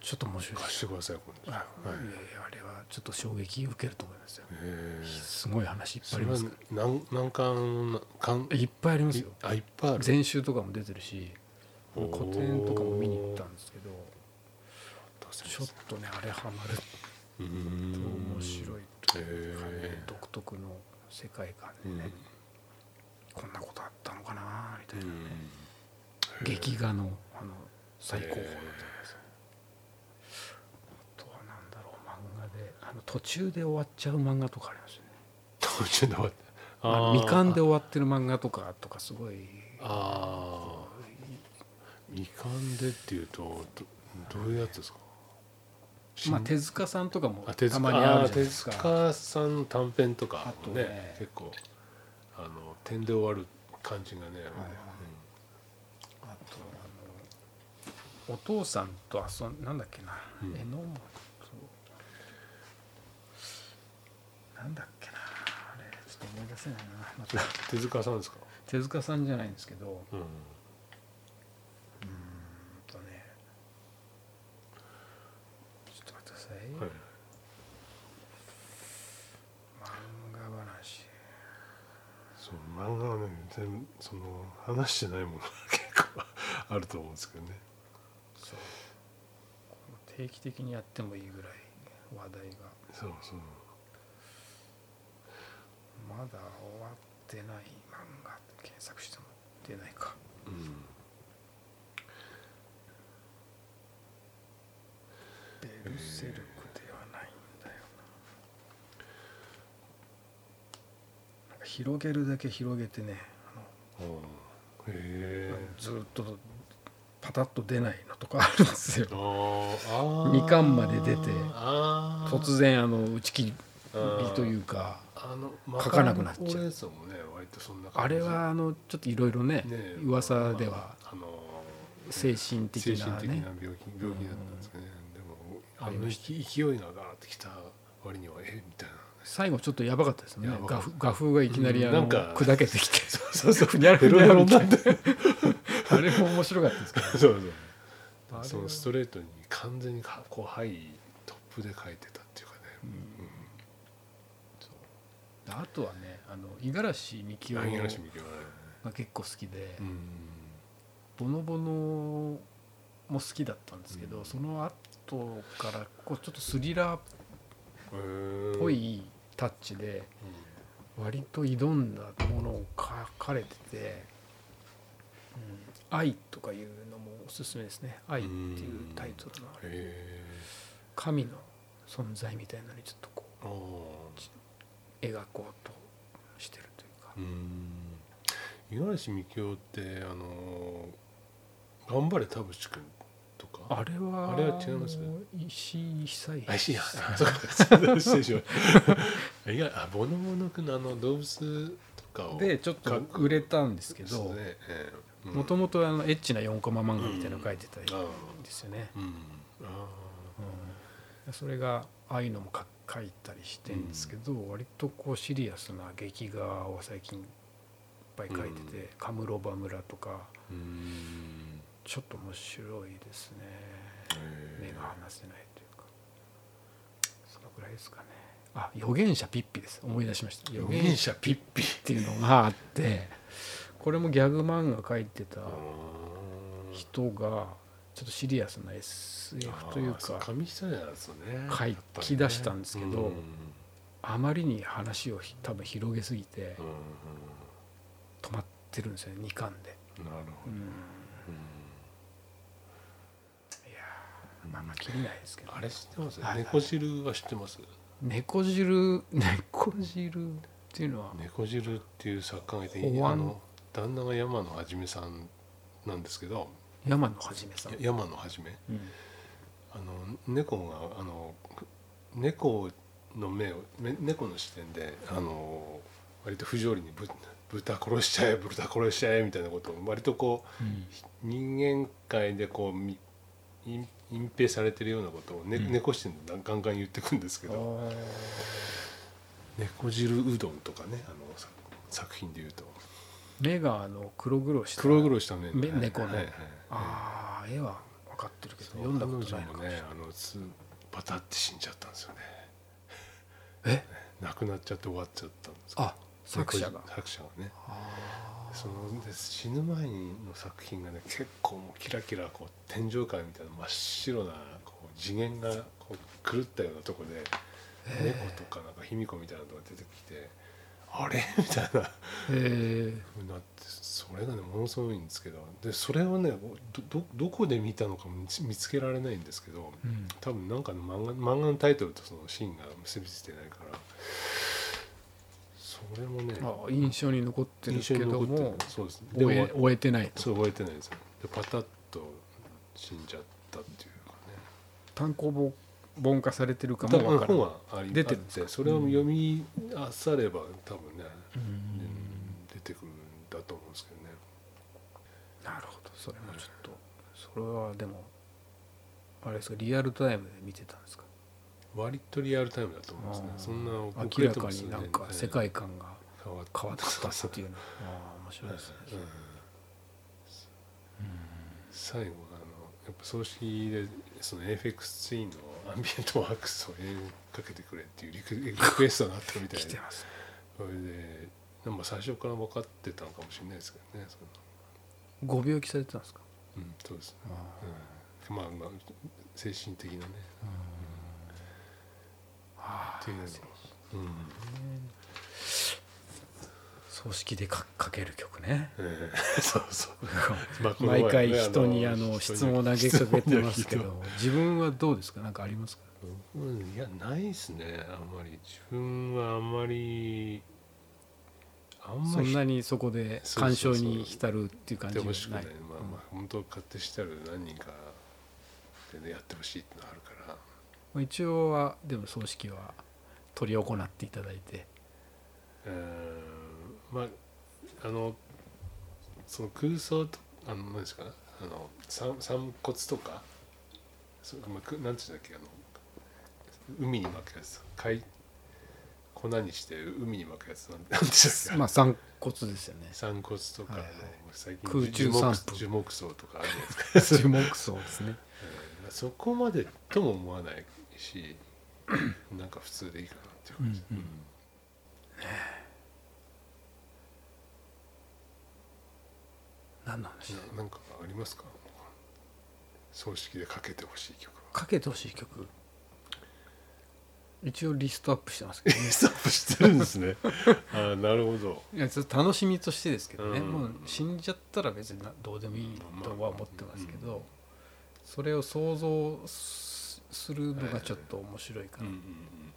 ちょっと面白いー、で貸しすてください今度あ、はい、いやいやあれはちょっと衝撃受けると思いますよえー、すごい話いっぱいそありれはますか何何巻巻らいっぱいありますいよあいっぱいある全集とかも出てるしおー古典とかも見に行ったんですけどちょっととねあれハマると面面白い、いというかねえー独特の世界観うでんね、こんなことあったのかなみたいな、うん劇画のあの最高峰だったんです、あとはなんだろう漫画であの途中で終わっちゃう漫画とかありますよね 途中で終わったまあ未完で終わってる漫画とかとかすごいああ未完でっていうとどどういうやつですかまあ新手塚さんとかもあ手た塚まにあるじゃあーない手ですか塚さんの短編とかもねあとね結構あの点で終わる感じがね、あとあのお父さんと遊んなんだっけな、うん榎本なんだっけなあれちょっと思い出せないなまた手塚さんですか、手塚さんじゃないんですけどうん、うーんとねちょっと待ってください、はい漫画話そう漫画はね全然その話してないものが 結構あると思うんですけどねそう定期的にやってもいいぐらい話題がそうそうまだ終わってない漫画って検索しても出ないかうんベルセルクではないんだよななんか広げるだけ広げてねあのああへえずーっとパタッと出ないのとかあるんですよあーあみかんまで出てあー突然あの打ち切りあーというかあの書かなくなっちゃうマカロニほうれん草もね割とそんなあ感じれはあのちょっといろいろねね噂ではあの精神的精な神的ねな病気病気だったんですけどねでもあありのま勢いがガーってきた割にはえみたい な最後ちょっとやばかったですねやばか画った風画風がいきなりあの、うんなんか砕けてきてそうそうふにゃらふにヘロゃヘらロみにたないっなてあれも面白かったですけど そうそうあれはそのストレートに完全にかこうハイトップで書いてたっていうかね、そうあとはねあの五十嵐美う樹ん、夫柳橋が美樹はね結構好きで、うんボノボノも好きだったんですけど、うんその後からこうちょっとスリラーっへーぽいタッチで割と挑んだものを書かれてて「うん、愛」とかいうのもおすすめですね「愛」っていうタイトルのあうんれへ神の存在みたいなのにちょっとこーあうち描こうとしてるというかーうん五十嵐美樹夫ってあのー頑張れ田淵君とかあれはあれは違います石井久あ、一しや、あそうか、失礼しました。いや、あ、ボノボノ君のあの動物とかを。でちょっと売れたんですけどね、ええもともとエッチな4コマ漫画みたいなの書いてたんうんあですよねあ、うん、あうんそれがああいうのもか書いたりしてんですけど、割とこうシリアスな劇画を最近いっぱい書いてて「カムロバ村」とかあ、うん、ちょっと面白いですね目が離せないというかそのぐらいですかねあ預言者ピッピです思い出しました預言者ピッピ。っていうのがあってこれもギャグ漫画書いてたあ人がちょっとシリアスな SF というか紙一重なんですよね。書やっぱりき出したんですけどうんあまりに話をひ多分広げすぎてうん止まってるんですよね2巻で、うんなるほうどん。いやーまあまあ切りないですけどあれ知ってますはい。猫汁は知ってます。猫汁猫汁っていうのは、猫汁っていう作家がいてお椀あの旦那が山野はじめさんなんですけど山野はじめさんや、山野はじめうんあの猫があの猫の目をめ猫の視点であの割と不条理にぶ豚殺しちゃえ豚殺しちゃえみたいなことを割とこう人間界でこうみ隠隠蔽されてるようなことを、ねうん猫視点でガンガン言ってくんですけあどー「猫汁うどん」とかねあの作作品で言うと目があの黒々した黒々した目のめ猫のはいはいああ絵は分かってるけど読読んんだだここととなないいののかねあのつバタって死んじゃったんですよねえ亡くなっちゃって終わっちゃったんですあ作者が猫作者がねあーそので死ぬ前の作品がね結構もうキラキラこう天井界みたいな真っ白なこう次元がこう狂ったようなとこで、え猫とかなんか卑弥呼みたいなのが出てきてあれみたいなえふうになってそれがねものすごいんですけどでそれをねどどどこで見たのかも見つ見つけられないんですけど、ーうん多分なんかの漫画漫画のタイトルとそのシーンが結びついてないからそれもねあー印象に残ってる印象けにど残ってるもそうですねで終もえ終えてないとそう覚えてないですよでパタッと死んじゃったっていうかね単行本本化されてるか多も分分から本ないはあり出てるあんっですてそれを読みあされば多分ね、うんうん出てくるんだと思うんですけどねなるほどそれもちょっとそれはでもあれですかリアルタイムで見てたんですか割とリアルタイムだと思いますねあーそんな遅明れらてかもすにぐなんか世界観が変わっ変わったっていう うのああ面白いですねん最後あのやっぱ葬式でその FX ツインのアンビエントワークスを英語かけてくれっていうリクリクエストがあったみたい来でてますねそれででも最初から分かってたのかもしれないですけどねそのご病気されてたんですかうんそうですねあうんまあまあ精神的なねあっていうのうん 葬式でかかける曲ねええそうそうまあこの 前毎ね回人にああのの人に質問を投げかけてますけ質問ど自分はどうですかなんかありますかうんいやないですねあんまり自分はあんまりあんそまんりなにそこで感傷に浸るっていう感じやってはほしくなないいまあまあ本当買ってしたら何人かでねやってほしいってのあるからまあ一応はでも葬式は執り行っていただいてうーんまああのその空想とあの何ですかあの散散骨とかそまあくなんていうんだっけあの海に巻くやつ海粉にして海に巻くやつなんてなんていうんだっけ、まあ散骨ですよね散骨とか、はいはいあの最空中樹木散布樹木葬とかあるじゃないです 樹か、木葬ですねうんそこまでとも思わない しなんか普通でいいかなっていう感じ、うんうん何の話ななんかありますか葬式でかけてほしい曲はかけてほしい曲一応リ ストアップしてますけどねストップしてるんですね ああなるほどいやちょっと楽しみとしてですけどね、うんもう死んじゃったら別になどうでもいいとは思ってますけど、まあまあそれを想像すするのがちょっと面白いかうな、んうん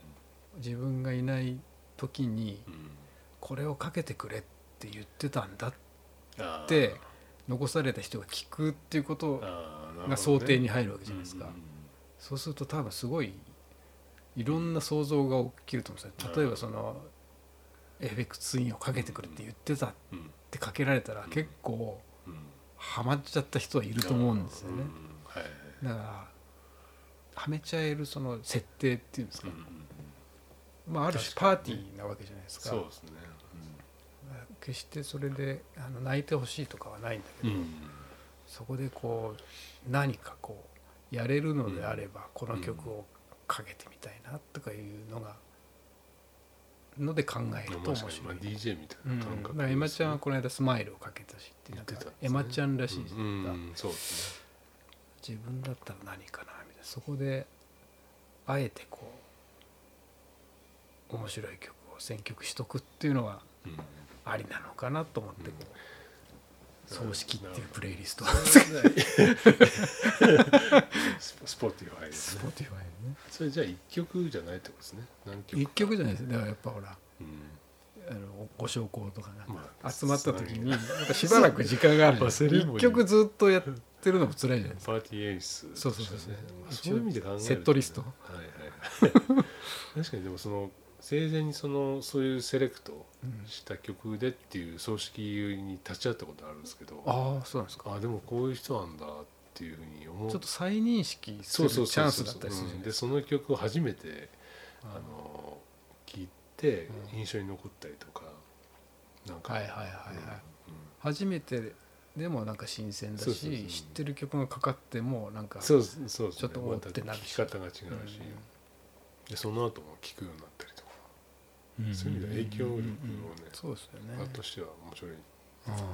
自分がいない時にうんうんこれをかけてくれって言ってたんだっあーて残された人が聞くっていうことあーなるほどねが想定に入るわけじゃないですか、うんうんそうすると多分すごいいろんな想像が起きると思うんですよ例えばそのエフェクツインをかけてくれって言ってたっうんてかけられたら結構うんハマっちゃった人はいると思うんですよねうんはいはいだからはめちゃえるその設定っていうんですうかんう、んまあ、ある種パーティーなわけじゃないですかそうですね決してそれであの泣いてほしいとかはないんだけうど、んうんそこでこう何かこうやれるのであれば、この曲をかけてみたいなとかいうのがので考えると面まあ白い確かにまあ DJ みたういん、なだ感覚からエマちゃんはこの間スマイルをかけたしって言なっんてかたんですねエマちゃんらしいですうんうんそうですね自分だったら何かなみたいなそこであえてこう面白い曲を選曲しとくっていうのはうんありなのかなと思ってこううん葬式っていうプレイリストスポスポティファイですね Spotify でねそれじゃあ一曲じゃないってことですね何曲一曲じゃないですだからやっぱほらうんあのご焼香とかなんまかあ集まった時になんかしばらく時間があ るじゃないですか忘れも一いい曲ずっとやってるのも辛いじゃないですかパーティー演出そうそうそうですねまあ一そ応ういう意味で考えるとねセットリストはいはい 確かにでもその生前にそのそういうセレクトした曲でっていう葬式に立ち会ったことあるんですけどああそうなんですかあでもこういう人なんだっていうふうに思うちょっと再認識すそうるそチうそうャンスだったりするじゃうんないでですかその曲を初めてうんあの聞いてうん印象に残ったりとかなんかはいはいはいはい初めてでもなんか新鮮だそうそうそうし知ってる曲がかかってもなんかそうそうそうですねちょっとおーってなるまた聞きし方が違うし、でその後も聞くようになったりとか、そういう意味では影響力をね、そうですよね場としては面白い、 うんそうですね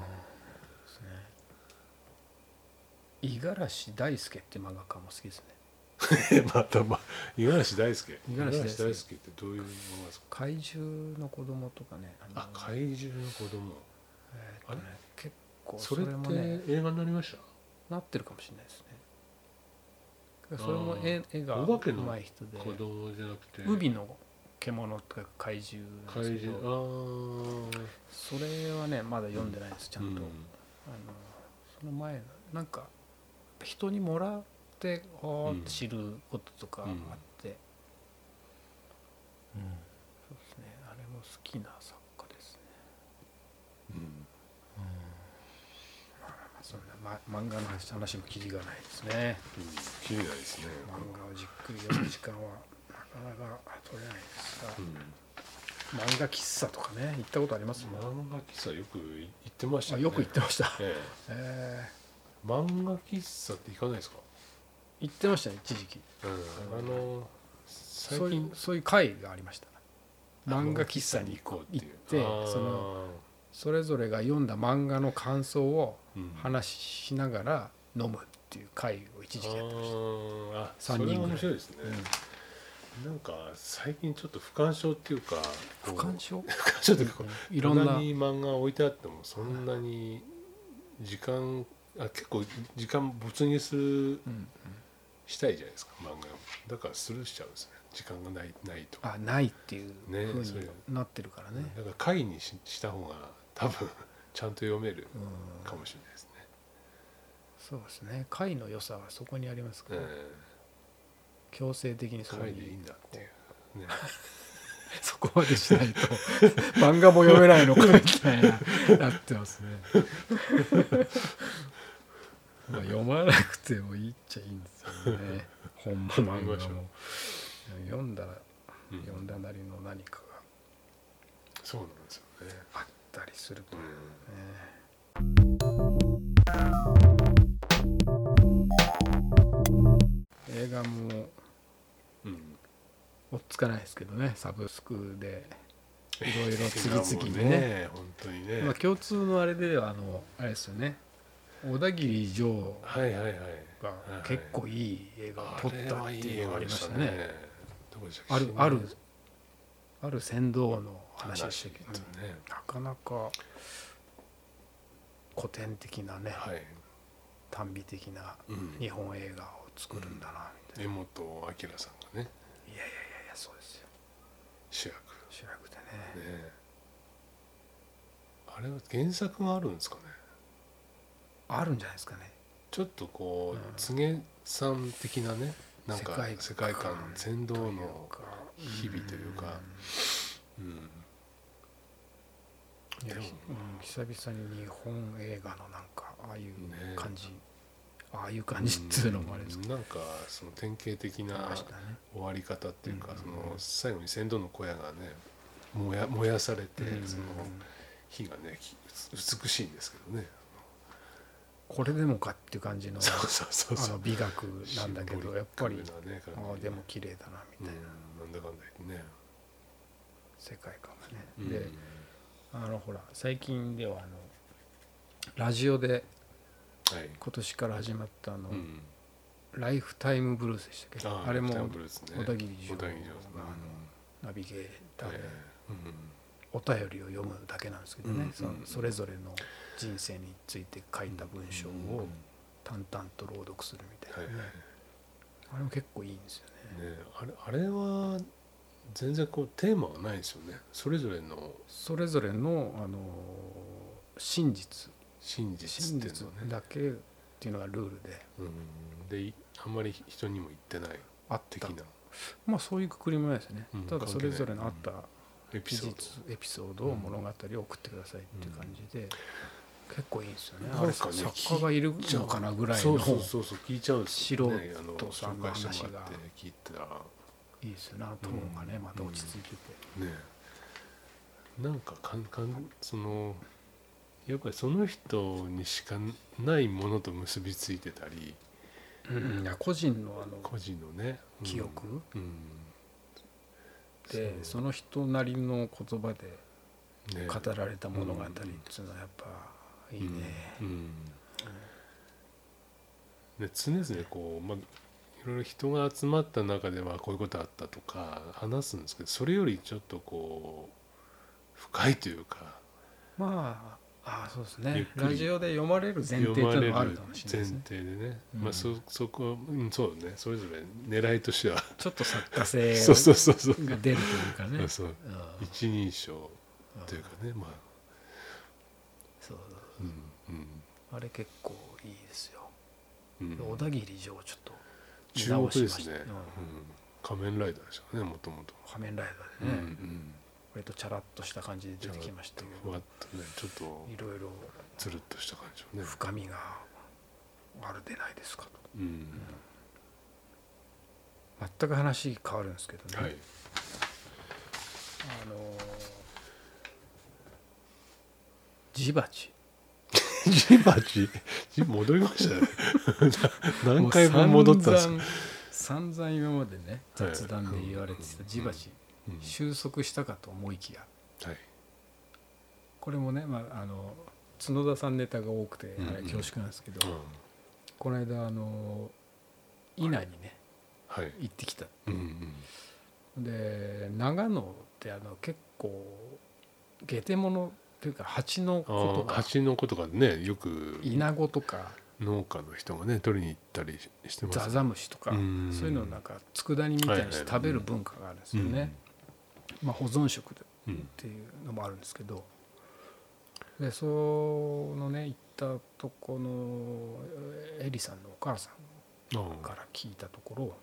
五十嵐大輔っていう漫画家も好きですねまたま五十嵐大輔五十嵐大輔大輔ってどういうものですか怪獣の子供とかねあのあ怪獣の子供えーっとねあれ結構そそれれってもね映画になりましたなってるかもしれないですねそれも絵絵がお化けの上手い人で子供じゃなくて海の獣とか怪獣なん怪ですけど獣ああそれはねまだ読んでないですちゃんと、うんあのその前のなんか人にもらってあーって知ることとかあって、そうですねあれも好きな作家ですね、うんまあ、そんなま、漫画の話もキリがないですねきりないですね、漫画をじっくり読む時間はなかなか取れないですがうん、漫画喫茶とかね行ったことありますもん、漫画喫茶よく行ってましたあ、よく行ってました、えええ漫画喫茶って行かないですか、ー行ってましたね一時期うん、あの最そういう近そういう会がありました漫画喫茶に行こ行ってそのそれぞれが読んだ漫画の感想を話しながら飲むっていう会を一時期やってましたあ三三人人ぐぐらいらい面白いですね、なんか最近ちょっと不感症っていうか不こう感症不感症っていうかこういろんなに漫画置いてあってもそんなに時間あ結構時間没入すうるんしたいじゃないですか漫画だからスルーしちゃうんですね時間がないないとあないっていうねふうそにれなってるからねだから会にしした方が多分 ちゃんと読めるうんかもしれないですね、そうですね会の良さはそこにありますから、う強制的にそん、こ会でいいにんだって いうねそこまでしないと 漫画も読めないのかみたいななってますね まあ読まなくてもいいっちゃいいんですよね本も漫画も読んだらうん読んだなりの何かがそうなんですよね、あったりするとうね、ん映画もうん追っつかないですけどねサブスクでいろいろ映画も次々にね本当にね、まあ、共通のあれではあのあれですよね小田切城はいはいはいが結構いい映画を撮ったっていうのがありましたねどこでしたっけあるある新ある船頭の話話でしたけど、ね、なかなか古典的なね、はい、短美的なうん、日本映画を作るんだなみたい江本明さんがねな、いやいやいやいやそうですよ主役主役でねねあれは原作があるんですかねあるんじゃないですかねちょっとうこんう柘植さん的なねなんか世界観世界観全道というのか日々というかうんいやでもうん久々に日本映画のなんかああいうね感じ、ああいう感じっていうのもあれですけど、なんかその典型的ありなましたね終わり方っていうか、うんその最後に船頭の小屋がね燃や燃やされて、うんその火がねき美しいんですけどねこれでもかっていう感じのそうそうそうあそのう美学なんだけどやっぱり、シンボリックなねああでも綺麗だなうみんたいな、なんだかんだ言ってね世界観うがね、んであのほら最近ではあのラジオではい今年から始まったあの、うんライフタイムブルースでしたっけああれもキャンプルーツね小田切城小田切城さんがあのナビゲーターでええお便りを読むだけなんですけどね、うんそのうんそれぞれの人生について書いた文章うんを淡々と朗読するみたはいいはいなね、あれも結構いいんですよね。ねあれあれは全然こうテーマはないですよねそれぞれのそれぞれの、あの真実真実真っていう実のはねだけっていうのがルールでうんでいあんまり人にも言ってないあっ的たなまあそういうくくりもないですね、うんただそれぞれのあっ関係たなエピ事ソー実ドエピソードを物語を送ってくださいっていう感じで、結構いいんですよねなんあかれね作家がいるのかなぐらいそのうそうそうそう聞いちゃう素し人あのさん紹の介してもらっ話てが聞いたらいいですよねあのトーンがねうんまた落ち着いてて、ねなんかかんかんそのやっぱりその人にしかないものと結びついてたりうんいや個人のあの個人のね、うん記憶うんでその人なりの言葉でね語られた物語っていうのはやっぱいいね、うんうんで常々こう、まあ、いろいろ人が集まった中ではこういうことあったとか話すんですけどそれよりちょっとこう深いというかまああそうですゆねっくりラジオで読まれる前提と読まいれうのるもあ前るかもしれないですね提でね、まうんあ、そそこは、うん、そうねそれぞれ狙いとしてはちょっと作家性 そうそうそうそうが出るというかねそうそううん一人称というかねまあそううんあれ結構いいですようんう小ん田切城をちょっと見注目直しでましすたね、うんうん仮面ライダーでしたねもともと仮面ライダうーんでうね、ん割とチャラッとした感じで出てきましたけふどわっとねちょっといろいろつるっとした感じをね深みがあるでないですかとうん全く話変わるんですけどね、はいあのージバチジバチジ戻りました ね何回も戻ったんですもよう散々散々今までね雑談で言われてたジバチうん収束したかと思いきやはいこれもね、まあ、あの角田さんネタが多くてうんうんあれ恐縮なんですけど、うんこの間あの伊那にねはい行ってきたうんうんで長野ってあの結構下手者というか蜂のあ子とーか蜂の子とかねよくイナゴとか農家の人がね取りに行ったりしてますザザムシとかうんそういうのをなんか佃煮みたいにして食べる文化があるんですよね、まあ、保存食でうんっていうのもあるんですけどでそのね行ったとこのえーエリさんのお母さうんんから聞いたところ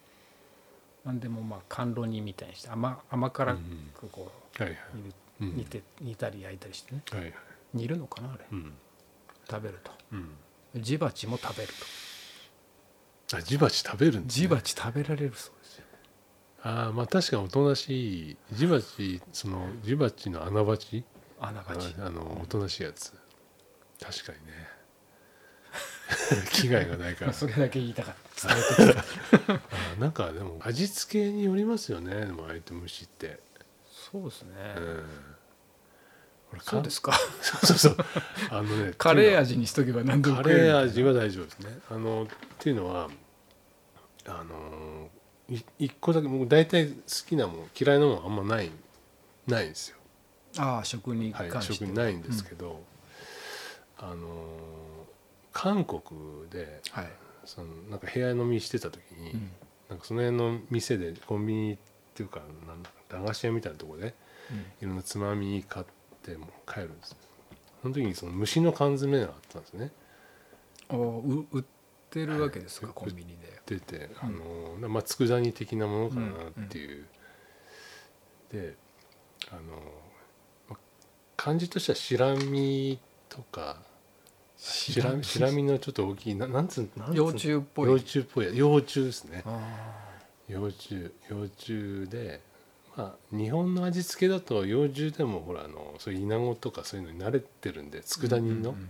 何でもまあ甘露煮みたいにして甘甘辛くこはいはい、う煮るうん煮て煮たり焼いたりしてねはいはい煮るのかなあれうん食べるとうんジバチも食べるとあジバチ食べるんですねジバチ食べられるそうですよああまあ確かにおとなしいジバチそのジバチの穴鉢あながちあのおとなしいやつ確かにね 危害がないまあから それだけ言いたかった伝えてあなんかでも味付けによりますよねでもあえて虫ってそうですね、うん俺そうですかかそう そうあのねカレー味味にしとけば何でもカ食えるレー味は大丈夫ですねあのっていうのはあのい一個だけ僕大体好きなもん嫌いなもんあんまないないんですよああ食にはい関、して、食にないんですけど、あのー韓国ではい、そのなんか部屋飲みしてた時に、うんなんかその辺の店でコンビニっていうかなんだ駄菓子屋みたいなところでいろんなつまみ買ってもう帰るんですよその時にその虫の缶詰があったんですねうんおう売ってるわけですか、はいコンビニで出て、あのーまあ佃煮的なものかなっていう、であのーまあ感じとしてはシラミとかシラミシラミのちょっと大きいななんつうなんつう幼虫っぽい幼虫っぽいや幼虫ですねあ幼虫幼虫でまあ日本の味付けだと幼虫でもほらあのそういうイナゴとかそういうのに慣れてるんであ佃煮の、うん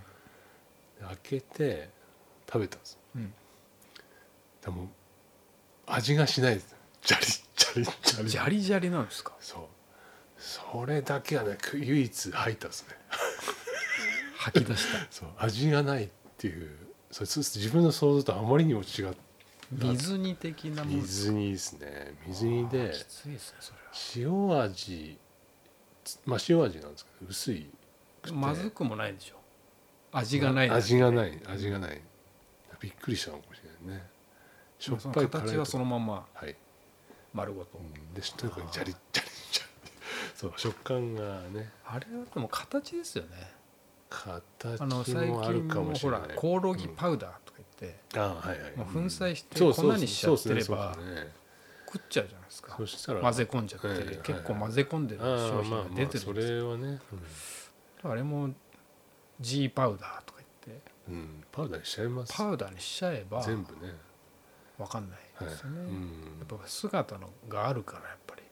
開けて食べたんですうんでも味がしないですジャリジャリジャうんリジャリジャリなんですかそうそれだけはねく唯一入ったんですね 吐き出したそう味がないっていうそれそう自分の想像とあまりにも違って水煮的なもの水煮ですね水煮ああできついですねそれ塩味つまあ塩味なんですけど薄いはまずくもないでしょ味がない味がない味がないびっくりしたのかもしれないねしょっそのぱい辛い形はそのままはい、丸ごと、うん、でしとにかくジャリジャリジャリそう食感がねあれはでも形ですよね形あの最近もあるかももしほれならいコオロギパウダーとか言って、あはいはいもう粉砕してそうそうそう粉にしちゃってればそうですねそうですね食っちゃうじゃないですかそしたら混ぜ込んじゃって、はいはい結構混ぜ込んでるあ商あ品まあがま出あてるそんですよれはねあれも G パウダーとか言ってうん、うんパウダーにしちゃいますパウダーにしちゃえば全部ねわかんないはいですよね、うやんっぱ姿のがあるからやっぱり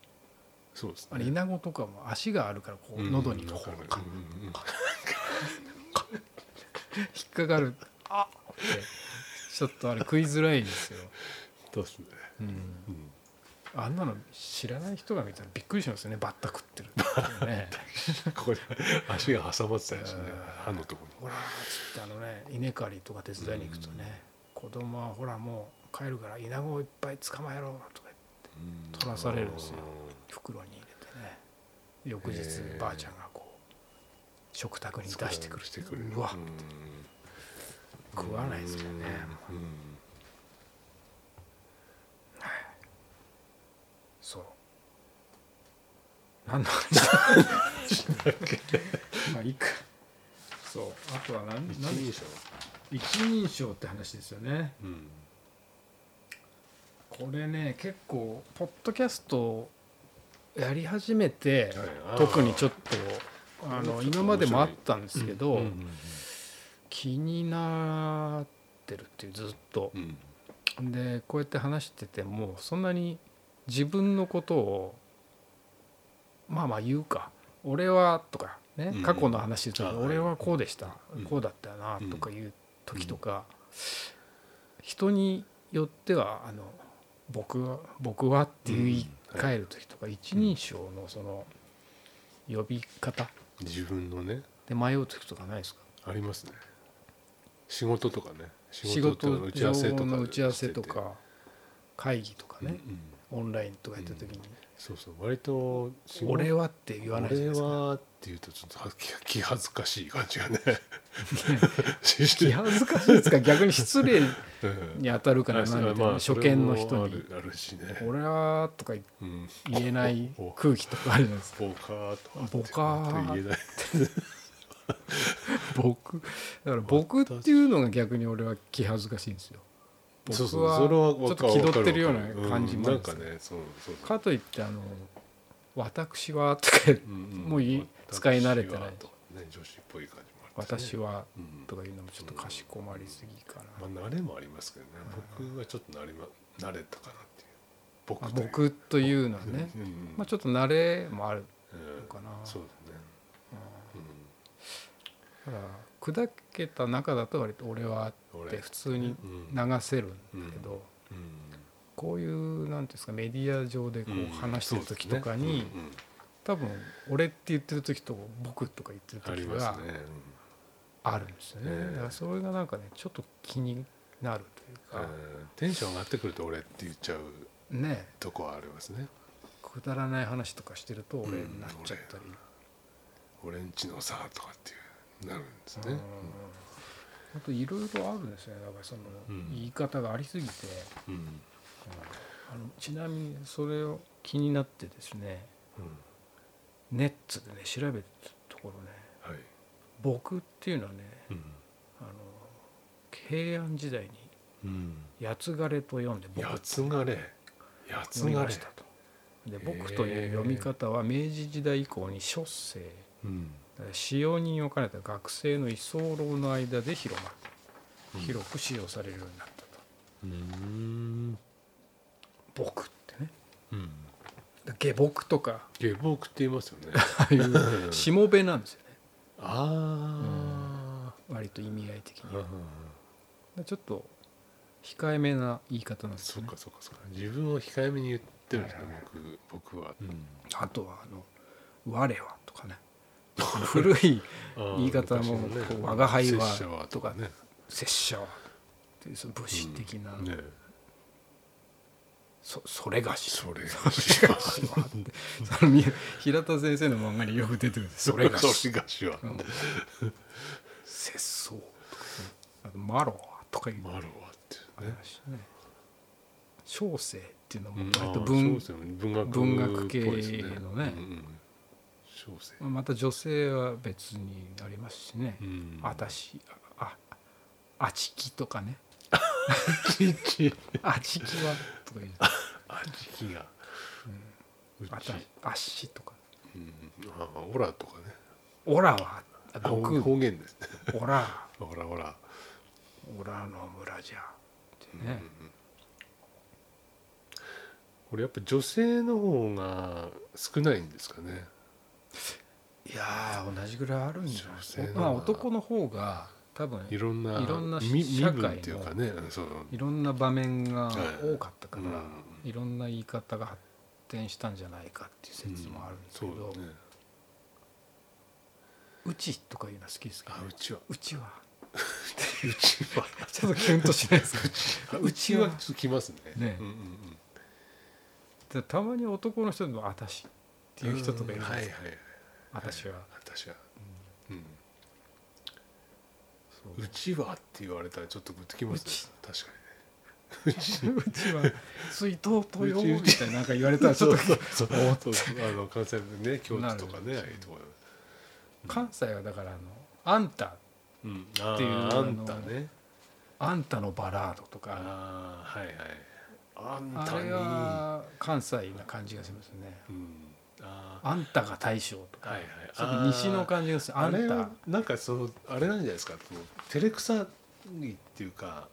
そうですあれイナゴとかも足があるからこう喉にこううんわかかるうんうんうん 引っかかるあってちょっとあれ食いづらいんですよ、そうですねうんうん あんなの知らない人が見たらびっくりしますよねバッタ食ってるってねここで足が挟まってたりしてねうん歯のとこにほらっつってあのね稲刈りとか手伝いに行くとね、子供はほらもう帰るからイナゴをいっぱい捕まえろとか言って取らされるんですよ袋に入れてね翌へ日えばあちゃんがこう食卓に出してくるしてくるうわん食わないですよねうんそう何の話 まあいいかそうあとは何一何人称一人称って話ですよねうんこれね結構ポッドキャストをやり始めて、はいあー特にちょっとあのこれちょっと面白い今までもあったんですけど、うんうんうん気になっってるっていうずっとうんでこうやって話しててもそんなに自分のことをまあまあ言うか「俺は」とかねうん過去の話で言うとあ俺はこうでした、うんこうだったよな」とかいう時とか、人によってはあの僕は「僕は」って言い換える時とか、一人称のその呼び方自分のねで迷う時とかないですかありますね仕事とかね仕仕事上事と打ち合わせとかの打ち合わせとしててか会議とかうんうね、んオンラインとかやった時にそうそう割と仕事俺はって言わないじゃない俺ですかはっていうとちょっとは気気恥ずかしい感 じがね気恥ずかしいですか逆に失礼うんに当たるからあそなれはみたいな初それ見のも人あにるあるし「ね、俺は」とかうん、言えないおお空気とかあるじゃ ないですかボカーとかってボカー言えない僕だから僕っていうのが逆に俺は気恥ずかしいんですよ僕そうそうそれははちょっと気取ってるような感じもあるなんんですかよねそうそうそうかといってあの「私は」とかうんんもういい使い慣れてない私はとかね女子っぽい感じも「あってね私はうん」とかいうのもちょっとかしこまりすぎかなまあ、慣れもありますけどね僕はちょっと慣れ,、ま、慣れたかなっていう僕あという僕というのはねうんうんまあちょっと慣れもあるうんかなそうだね、だから砕けた中だと割と俺はうん、っ俺て普通にうん流せるんだけど、うんこういうなんていうんですかメディア上でこうんう話してる時とかに、そうですねうんうん多分俺って言ってる時と僕とか言ってあるり時まがすね、あるんですよねええだからそれがなんかねちょっと気になるとういんうか、テンション上がってくると俺って言っちゃうねとこはありますねくだらない話とかしてると俺になっちゃったり、俺んちのさとかっていうなるんですうんね、あといろいろあるんですよねだからそのうん言い方がありすぎて。うんあのちなみにそれを気になってですねうんネッツでね調べたところねはい、僕っていうのはねうんあの平安時代にうん、八つ枯れと読んで僕やとつがれやつ読みがまれしたと。で僕という読み方は明治時代以降に書生うん使用人を兼ねた学生の居候の間で広まうんる広く使用されるようになったとうん僕ってねうんだ下僕とか下僕って言いますよね ああ いうしもべなんですよねあ割と意味合い的にあ、はうん、でちょっと控えめな言い方なんですそよっねかそっかそっか自分を控えめに言ってるんですねはいはい僕僕は、あとはあの「我は」とかね古い言い方もこう我が輩はとかね拙者はっていうその武士的な、うんねそそれがしそれそれがしはってそのみ平田先生の漫画によく出てくるん ですそれが そしれがしはうん節操とかねあとマロはとかいうマロはっていうね話ね小生っていうのうもん割とあ文ーそうですよね文学文学系っぽいですのねうんうん小生また女性は別にありますしね、うんあたしあああちきとか ねちちあちきはとか言う あちきがうあちたあっしとかうんあーオラとかねオラはああ僕方言ですね オラオラオラオラの村じゃってね、これやっぱ女性の方が少ないんですかねいやー同じぐらいあるんじゃない女性のまあ男の方が多分いろんないろんなみ社会の身分っていうかねそういろんな場面がはい多かったから、いろんな言い方が発展したんじゃないかっていう説もあるんですけうんどそう、だねうちとかいうのは好きですけどあうちはうちはうちは ちょっとキュンとしないですかうちはちょっときますねねうんうんでたまに男の人でも「あたし」ってうんいう人とかいるんはいではいすよはい「あたしは私はうん」そううちはって言われたらちょっとグッときますね確かにねうちうち は「水筒とよ」うちうみちたいななんか言われたら ちょっそうそうそうあの関西でね京都とかなねるああいうところと関西はだからあの「あんた」うんっていうあーあんたね「あんたのバラード」とかああはいはいあんあたれには関西な感じがしますねうん「ああんたが大将」とあかはいはいちょっと西の感じがする「ああーあれんたはなんかそのあれなんじゃないですかこう照れくさいっていうか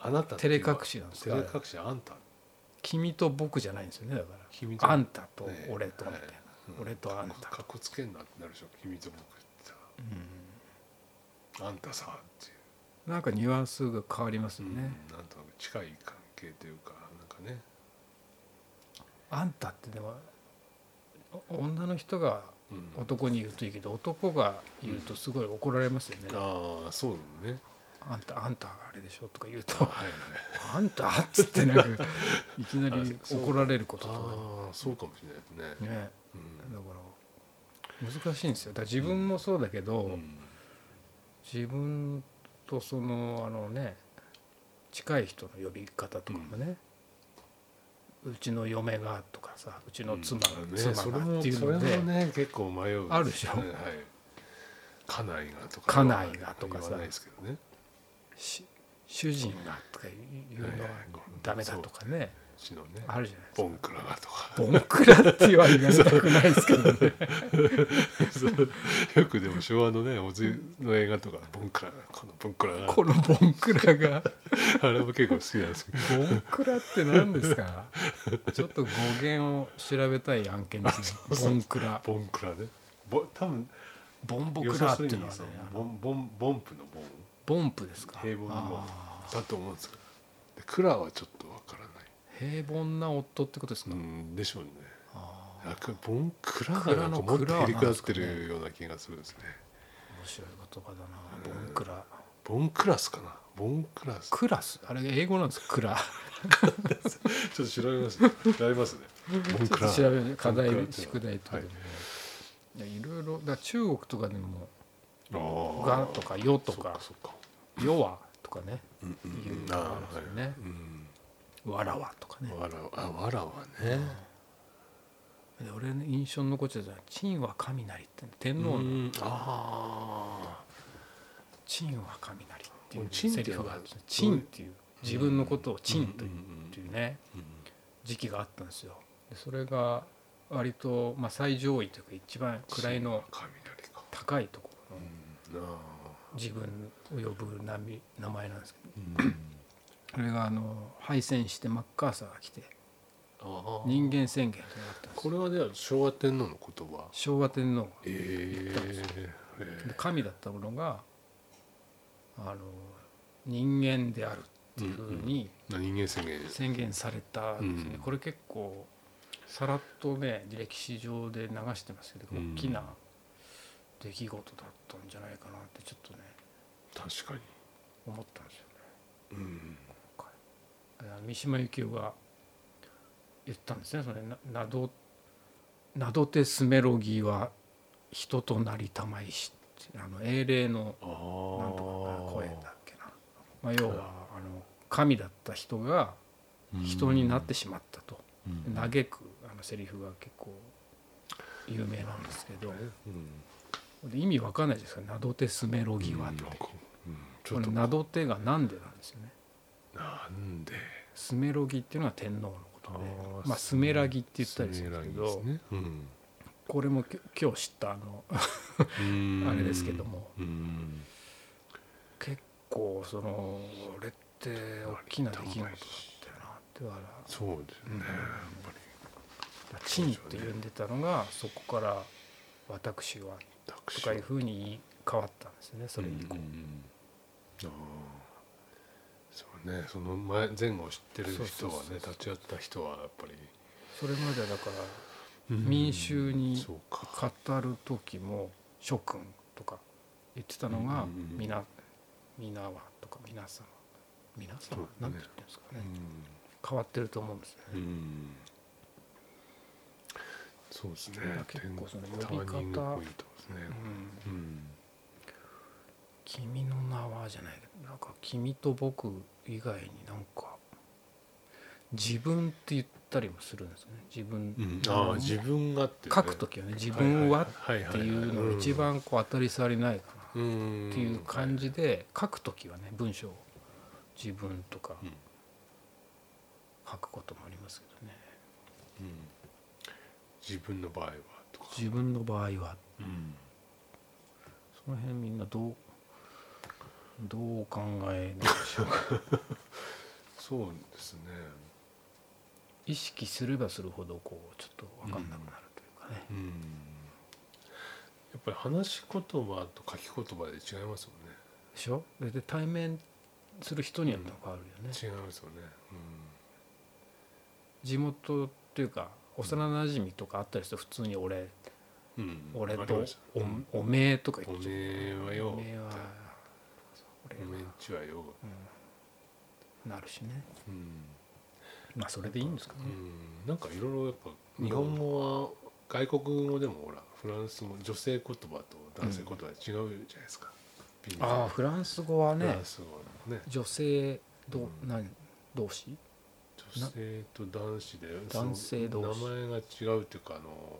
あなた照れ隠ししなんです照かれあれ隠しあんた君と僕じゃないんですよねだか君らあんたたと俺とみたいな、俺とあんたかっこつけんなってなるでしょ君と僕ってさあんたさっていううん、なんかニュアンスが変わりますようんね、なんとなく近い関係というかなんかねあんたってでもお女の人がうん男に言うといいけど男が言うとすごい怒られますよね、ああそうだねあんたあんたがあれでしょとか言う とはいはい「あんた」っつってなんかいきなり怒られることとかああそうかもしれないですねねうんだから難しいんですよだから自分もそうだけど、うん自分とそのあのね近い人の呼び方とかもね、うちの嫁がとかさうちの妻が、うんね妻それがもっていうのそれで、もね結構迷うあるでしょはい家内がとか家内がとかさ言わないですけどねし主人がとか言うのはダメだとかね、うちのねあるじゃないですボか。ンクラがとかボンクラって言われたくないですけどね。よくでも昭和のねおじの映画とかボンクラがこのボンクラがこのボンクラがあれも結構好きなんですけどボンクラって何ですかちょっと語源を調べたい案件ですねボンクラボンクラねボ多分ボンボ良クラさってすいぎうてのはねそのボンボンボンプのボンボンプですか平凡のボンあだと思うんですけどでクラはちょっとわからないー平凡な夫ってことですか、うんでしょうねああくボンクラがなんかもっと減り下ってるような気がするんですねー面白い言葉だなボンクラボンクラスかなボンクラスクラスあれ英語なんですかクラちょっと調べますね調 べますねボンちょクラっと調べる課題ボンクラっていうの宿題とかはでいも、いやいろいろだから中国とかでもあ「ーが」とか「よ」とそっかそっか「よは」とかねうんうんいううんのがありますよねう「わらわ」とかねんわらわあわらわねで俺の印象に残っちゃったのは「陳は雷」って天皇うのんあ「陳は雷」ってういんう陳ってセいうリのフがはあるんですね陳っていう自分のことを「陳といううんうんうんうんっていうねー時期があったんですよでそれが割と、まあ、最上位というか一番位の雷か高いところのうんあ自分を呼ぶ名み名前なんですけどーうんそれがあの敗戦してマッカーサーが来てあー人間宣言というのがあったんですこよれはでは昭和天皇の言葉昭和天皇がええで神だったものがあの人間であるっていうふうに人間宣言宣言されたんですね、うんこれ結構さらっとね歴史上で流してますけどうん大きな出来事だったんじゃないかなってちょっとね確かに思ったんですよねうん今回あの三島由紀夫が言ったんですねそれな「などなどてスメロギは人となりたまいし」ってあの英霊のああなんとか声だっけな、まあ、要はあの神だった人が人になってしまったと。げ嘆くあのセリフが結構有名なんですけどうんで意味わかんないですから「などてスメロギは」ってなんかうんちこょっれ「となどて」がなんでなんですよねなんでスメロギっていうのは天皇のことであーまあスメラギって言ったりするんですけスどメラギですねこれもきょ今日知ったあのう んあれですけどもうん結構その俺って大きな出来事だったよなってだからそうですねやっぱり「チン」って呼んでたのがそこから「私は」と私かいうふうに言い変わったんですねそれ以降うん。ああそうねその前前後を知ってる人はそうそうそうそねう立ち会った人はやっぱりそれまではだからうん民衆にそうか語る時も「諸君」とか言ってたのうがんうんう「ん皆皆は」とか「皆様」「皆様」そうなだんて言ねってるんですかうねん変わってると思うんですね。うんそうですねだから結構その呼び方ターニングポイントですねうんうん君の名はじゃないけどなんか君と僕以外になんか自分って言ったりもするんですよね自分、うんああ自分がっていうね書く時はね自分はっはいはいてはいいはうのが一番こう当たり障りないかなうんっていう感じで書くときはね文章を自分とかうん書くこともありますけどねうん自分の場合はとか自分の場合はうんその辺みんなどうどうお考えなんでしょう かそうですね意識すればするほどこうちょっと分かんなくなるというかね、うんやっぱり話し言葉と書き言葉で違いますもんねでしょでで対面する人にはやっぱ変わるよね、違いますよね地元っていうか幼馴染とかあったりすると普通に俺うん、うん、俺わかりとましたお,、うんおめえとか言っおめちゃうえはよおめえは俺おはめえんちはようんなるしねうんまあそれでいいんですかね、うんなんかいろいろやっぱ日本語は外国語でもほらフランス語女性言葉と男性言葉違うじゃないですか、微妙にああフランス語はフねランス語はね女性ど、うんなん同士女性と男子で男性その同士名前が違うっていうかあの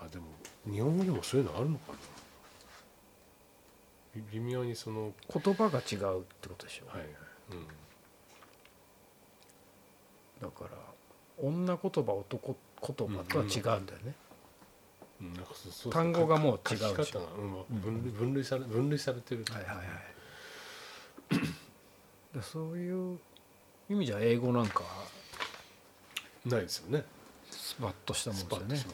あでも日本語でもそういうのあるのかなび微妙にその言葉が違うってことでしょ、はいはい、うだん、から女言葉男言葉とは違うんだよね、うんなんかそうそう単語がもう違う書きし方が、うん、分類分類され分類されてる、はいはいはいだそういう意味じゃ英語なんかないですよねスパッとしたもんスです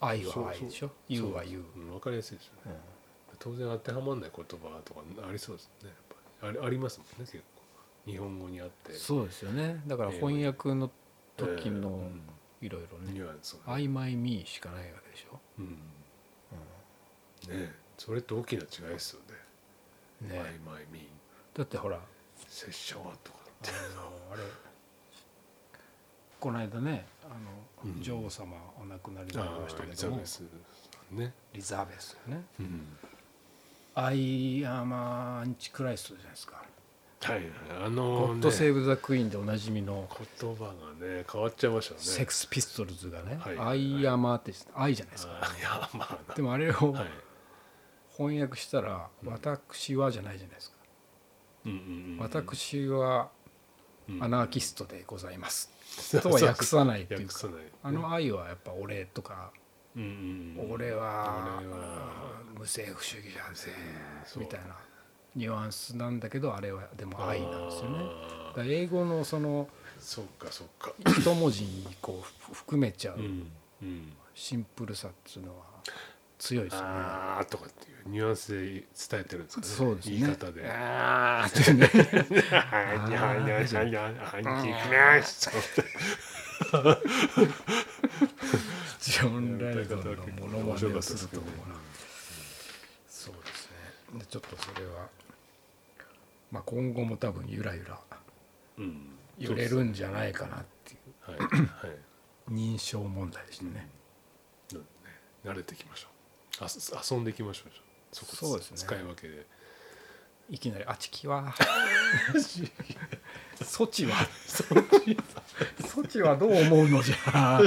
パよねッとしま愛う、は愛でしょうん、言うは言ううん、分かりやすいですよねうん当然当てはまらない言葉とかありそうですねやっぱりありありますもんね結構日本語にあってそうですよねだから翻訳の時のいろいろえーうんニねュアンス「がね曖昧み」しかないわけでしょ、うんねえそれって大きな違いですよね「ねマイえマイミーだってほら拙者は」とかあのあれこの間ねあの、うん女王様お亡くなりになりましたエリけザどもベスねリザベスねうんアイアマアンチクライストじゃないですかはいはい「あのゴッド・セねーブ・ザ・クイーン」でおなじみの言葉がね変わっちゃいましたよねセックス・ピストルズがねはい「アイアマ」って愛じゃないですかあいやまあでもあれをなはい翻訳したら「私は」じゃないじゃないですかうんうんうん「私はうんアナーキストでございます」そ うとは訳さないっていう訳かさないあの愛はやっぱ俺とかうんうんうん俺は俺は無政府主義だぜそうみたいなニュアンスなんだけどあれはでも愛なんですよね。だあかーら英語のそのそっかそっか一文字にこうふ含めちゃううんうんシンプルさっていうのは強いですよね。あーとかっていうニュアンスで伝えてるんですかねそうですね言い方で「ああってね。はいにゃはにゃはにゃはにゃはにゃはにゃジョン・ラやイりド方ンはの結構モノ面マネ白かをったですするけとど思ねうな。そうですね。でちょっとそれはまあ今後も多分ゆらゆらうん揺れるんじゃないかなっていうはいはい認証問題でしたね。なんでね慣れてきましょうあす遊んでいきましょうそこそうですね使い分けでいきなり「あちきは」「措置は」「措置はどう思うのじゃ」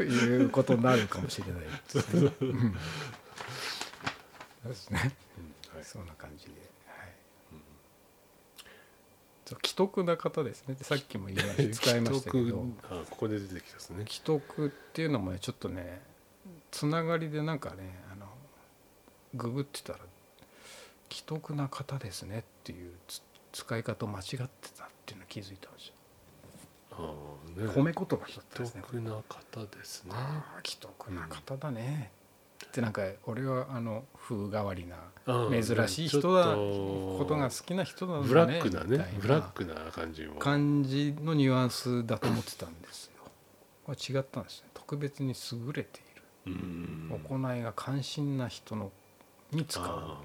いうことになるかもしれないですね。うんそうですね。うんはいそんな感じで。はいそう既得な方ですね。さっきも言いました使いましたけど、既得あここで出てきたんですね既得っていうのもねちょっとねつながりでなんかねあのググってたら「既得な方ですね」っていうつ使い方を間違ってたっていうのを気づいたんですよ。あーね褒め言葉だったんで独すね。特な方ですねああ既得な方だね。ってなんか俺はあの風変わりなうん珍しい人だちょっことが好きな人なんだね。ブラックなみたいねブラックな感じも感じのニュアンスだと思ってたんですよ。これ違ったんですね。特別に優れている。うん行いが関心な人のに使うあ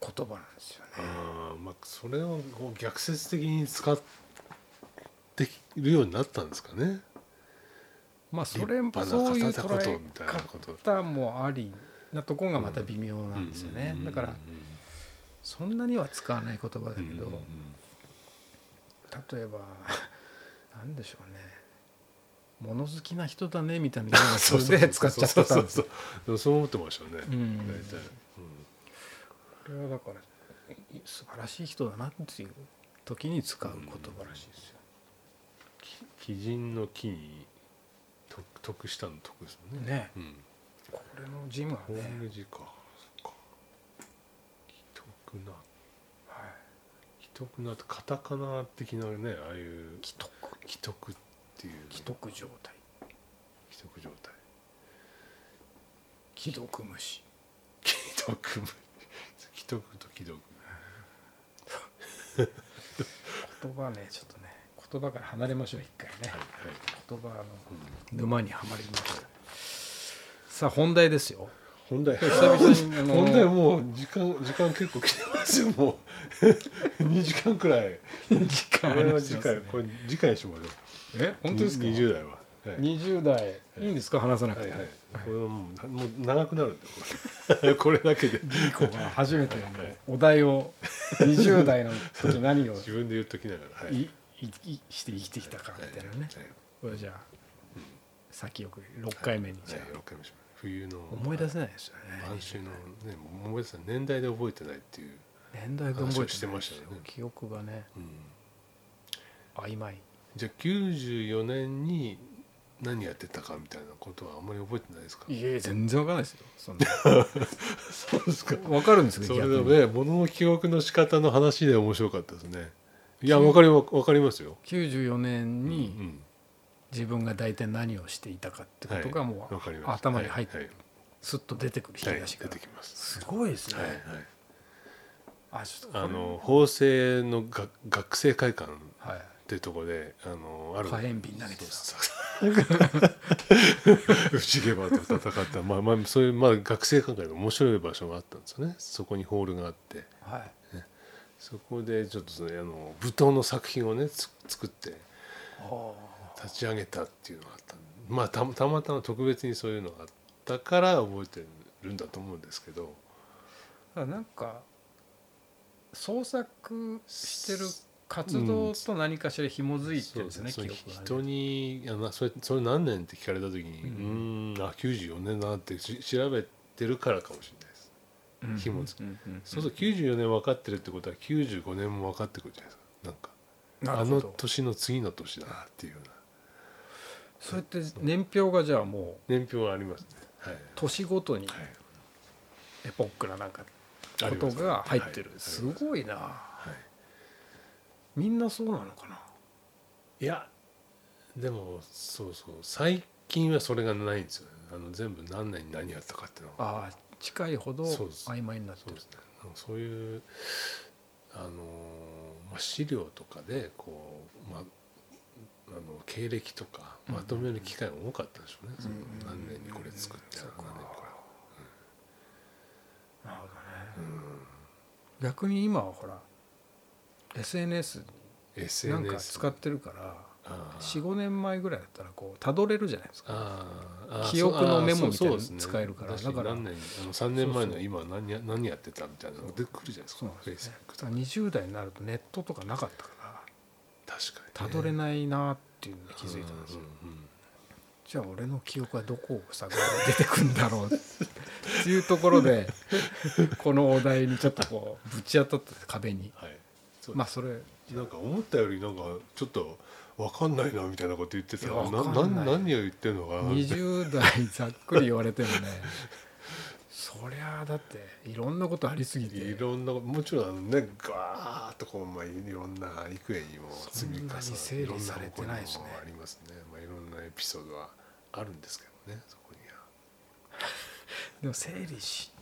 ー言葉なんですよね。あーまあそれをこう逆説的に使ってるようになったんですかねまあそれも立派なそういう方だこと捉みたいなことえ方もありなとこがまた微妙なんですよねう。んだからそんなには使わない言葉だうけんど、例えば なんでしょうね。物好きな人だねみたいなニュアン そうスそうで使っちゃってたんそうですそうよ。そうそう思ってましたねうん大体これはだからい素晴らしい人だなっていう時に使う言葉らしいですよ。鬼人の木に得得したの得ですもんねねうんこれのジムはホーねム字かそっか既得くな既得なってカタカナ的なねああいう既得既得っていう既得状態既得状態既読無視既得む 既得と既得言葉ねちょっとね言葉から離れましょう一回ねはいはい言葉の沼にはまりましたさあ本題ですよ本題久々にあの本題もう時間時間結構来てますよもう 2時間くらい時こ間れは次回これ次回にしましょうえ本当ですか20代ははい20代いいんですか話さなくはいて、はいこれはもうもう長くなるんで これこれだけでいい子が初めてはいはいお題を20代の時何 を自分で言っときながらはいいいいして生きてきたかみたいなねはいこれじゃあ先送り6回目にじゃあはい六回目します冬の思い出せないですよね晩秋のねもう思い出せない年代で覚えてないっていう年代が覚えてないですよ話をしてましたよね記憶がねうん曖昧じゃあ94年に何やってたかみたいなことはあんまり覚えてないですかいえ全然わかんないですよそんなそうですかわかるんですけそどれ逆でもにね物の記憶の仕方の話で面白かったですねいやわかりわかりますよ94年うにん自分が大体何をしていたかってことがもわかりうます頭に入っはていすっと出てくる引きはい出し出がてきますすごいですはいはいねあちょっとこれあの法政のが学生会館っはいてとこであのある火炎瓶投げてたそうそう内ゲバと戦った、まあまあ、そういう、まあ、学生関係の面白い場所があったんですよねそこにホールがあってはいそこでちょっとそのあの舞踏の作品をねつ作っては立ち上げたっていうのがあったんでまあたたまたま特別にそういうのがあったから覚えてるんだと思うんですけどあだからなんか創作してる活動と何かしら紐づいてるんですね、そう記です憶がね人にあなそれそれ何年って聞かれた時にううんんあ94年だなってし調べてるからかもしれないです。うん紐づうんうんうんそうすると94年分かってるってことは95年も分かってくるじゃないですかなんかなあるほのど年の次の年だなっていうようなそうやって年表がじゃあもう年表はありますねはい、年ごとにはいエポックななんかあこりまとすが入ってるはいすごいなはいみんなそうなのかないやでもそうそう最近はそれがないんですよねあの全部何年に何やったかっていうのがああ近いほどそうです曖昧になってそうるですねなんかそういうあのー、まあ、資料とかでこう、まあ、あの経歴とかまとめる機会が多かったでしょうね、その何年にこれ作ってそうか何年にこれなるほどね逆に今はほら SNS なんか SNS 使ってるからあー45年前ぐらいだったらこうたどれるじゃないですかあーあー記憶のメモみたいなのそうそうですね使えるから確にだから何年あの3年前そうのそう今は何や何やってたみたいなのが出てくるじゃないですそかうなんですよね Facebook だから20代になるとネットとかなかったから確かにねたどれないなっていうのに気づいたんですよ、うんうんうんじゃあ俺の記憶はどこを探れば出てくんだろうっていうところ でこのお題にちょっとこうぶち当たった壁にはいそうまあそれなんか思ったよりなんかちょっとわかんないなみたいなこと言ってたらいやなわかんなない何を言ってるのかなみたいな20代ざっくり言われてもねそりゃあだっていろんなことありすぎいてろんなもちろんあのねガーッとこう、まあ、いろんな幾重にも積み重そんねなに整理されてないですねいろんな方向にもありますね、まあ、いろんなエピソードはあるんですけどねそこには。でも整理し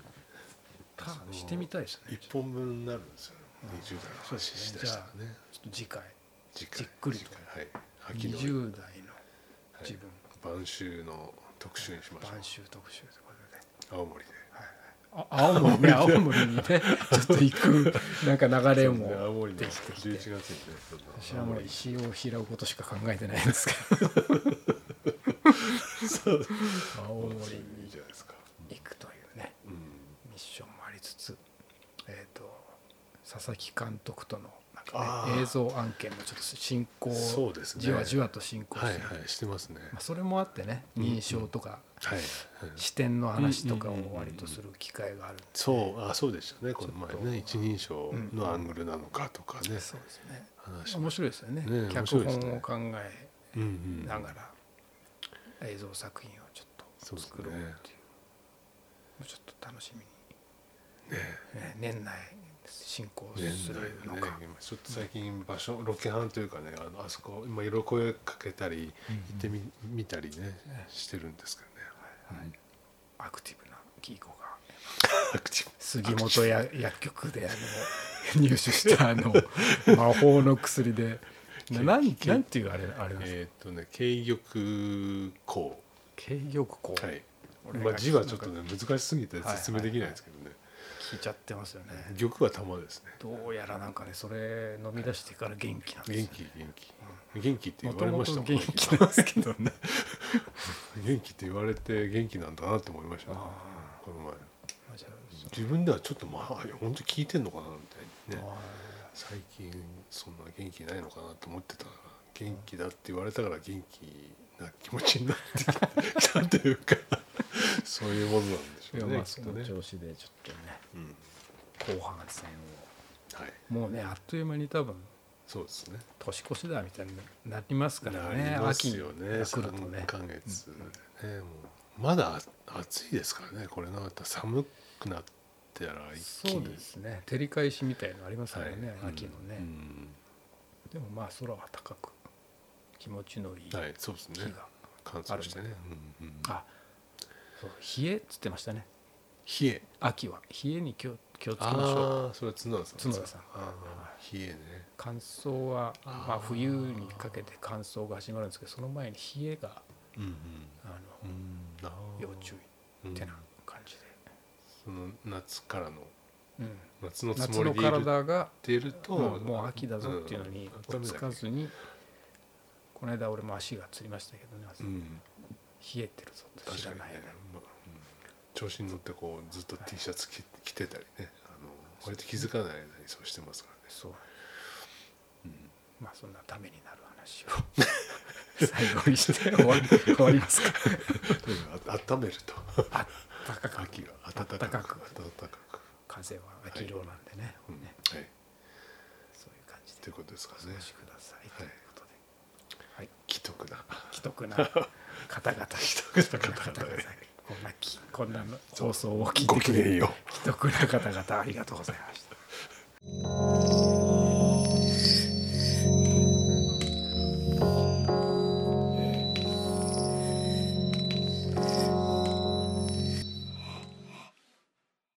かしてみたいですね一本分になるんですよ、ね、20代のそうで話すしねだしたらねちょっと次回じっじっくりとはい秋の20代の自分晩秋の特集にしましょ晩秋特集ということで。う青森であ青森ね青森にねちょっと行くなんか流れそうですね青も森のできてきて11月にねその私はもう石を拾うことしか考えてないんですけど青森そうにいういいじゃないですか行くというねうんミッションもありつつ、えー、と佐々木監督とのなんあか、ね、ー映像案件もちょっと進行そうですねじわじわと進行してはいる、はいしてますねまあ、それもあってねん認証とかはいはい視点の話とかを割とする機会があるんでそうあそうでしたねこのちょっと前ね一人称のアングルなのかとかねそうですね話も面白いですよねね面脚白いですね本を考えうんうんながら映像作品をちょっそとうですね作ろうっていうもうちょっと楽しみに、ね年内進行全す然ねるのか、今ちょっと最近場所ロケハンというかねあのあそこ今色声かけたりうん行ってみ見たりねしてるんですけどね、はいアクティブなキーコがア クティ杉本や薬局であの 入手したあ の魔法の薬でななんなんていうあれあれなんですかブえーっとね軽玉鋼軽玉庫はい俺がまあ字はちょっとね難しすぎて説明できないですけどね、聞いちゃってますよね玉は玉ですねどうやらなんかねそれ飲み出してから元気なんです元よ気元気元気っても言わとれもましたともん元気なんです けどね元気って言われて元気なんだなって思いましたねあこの前まあじゃ自分ではちょっとまあ本当聞いてんのかなみたいにねあ最近そんな元気ないのかなと思ってたら元気だって言われたから元気な気持ちになってきたというか そういうものなんでしいょやうねまあきそっとねの、調子でちょっとうん、ね後半戦はいをもうねあっという間に多分そうですね年越しだみたいになりますからなねります秋がよね来るとね3ヶ月でね、もうまだ暑いですからねこれのまた寒くなったら一気そうにですね照り返しみたいのありますからね、はい秋のね、うんでもまあ空は高く気持ちのいい日が、うんはいそうですね乾燥してね、うんうん、あそう冷えっつってましたね冷え秋は冷えに気を気をつけましょうああそれは角田さん角田さんあー冷えね乾燥はあーまあ、冬にかけて乾燥が始まるんですけどその前に冷えがうんうんあの、うんあー要注意ってな感じその夏からので、うん夏のつ夏もりのでいる体がっていると、うんもう秋だぞっていうのにん追いつかずにこの間俺も足がつりましたけどねう朝冷んえてるぞって知らない間にまあうん調子に乗ってこうずっと T シャツ着着てたりねあの割と気づかない間にそうしてますからねそう、まあそんなためになる話を 最後にして終わり終わりますかとにかくあ温めるとあったかく秋が暖かく暖かく暖かく風は秋色なんでね,、うんねはいそういう感じといでうことですかおね越しくださいということで、はい、既得な既得 な方々既得な方々 々こんなきこんな放送を聞いごてきくげれんるよう既得な方々ありがとうございました。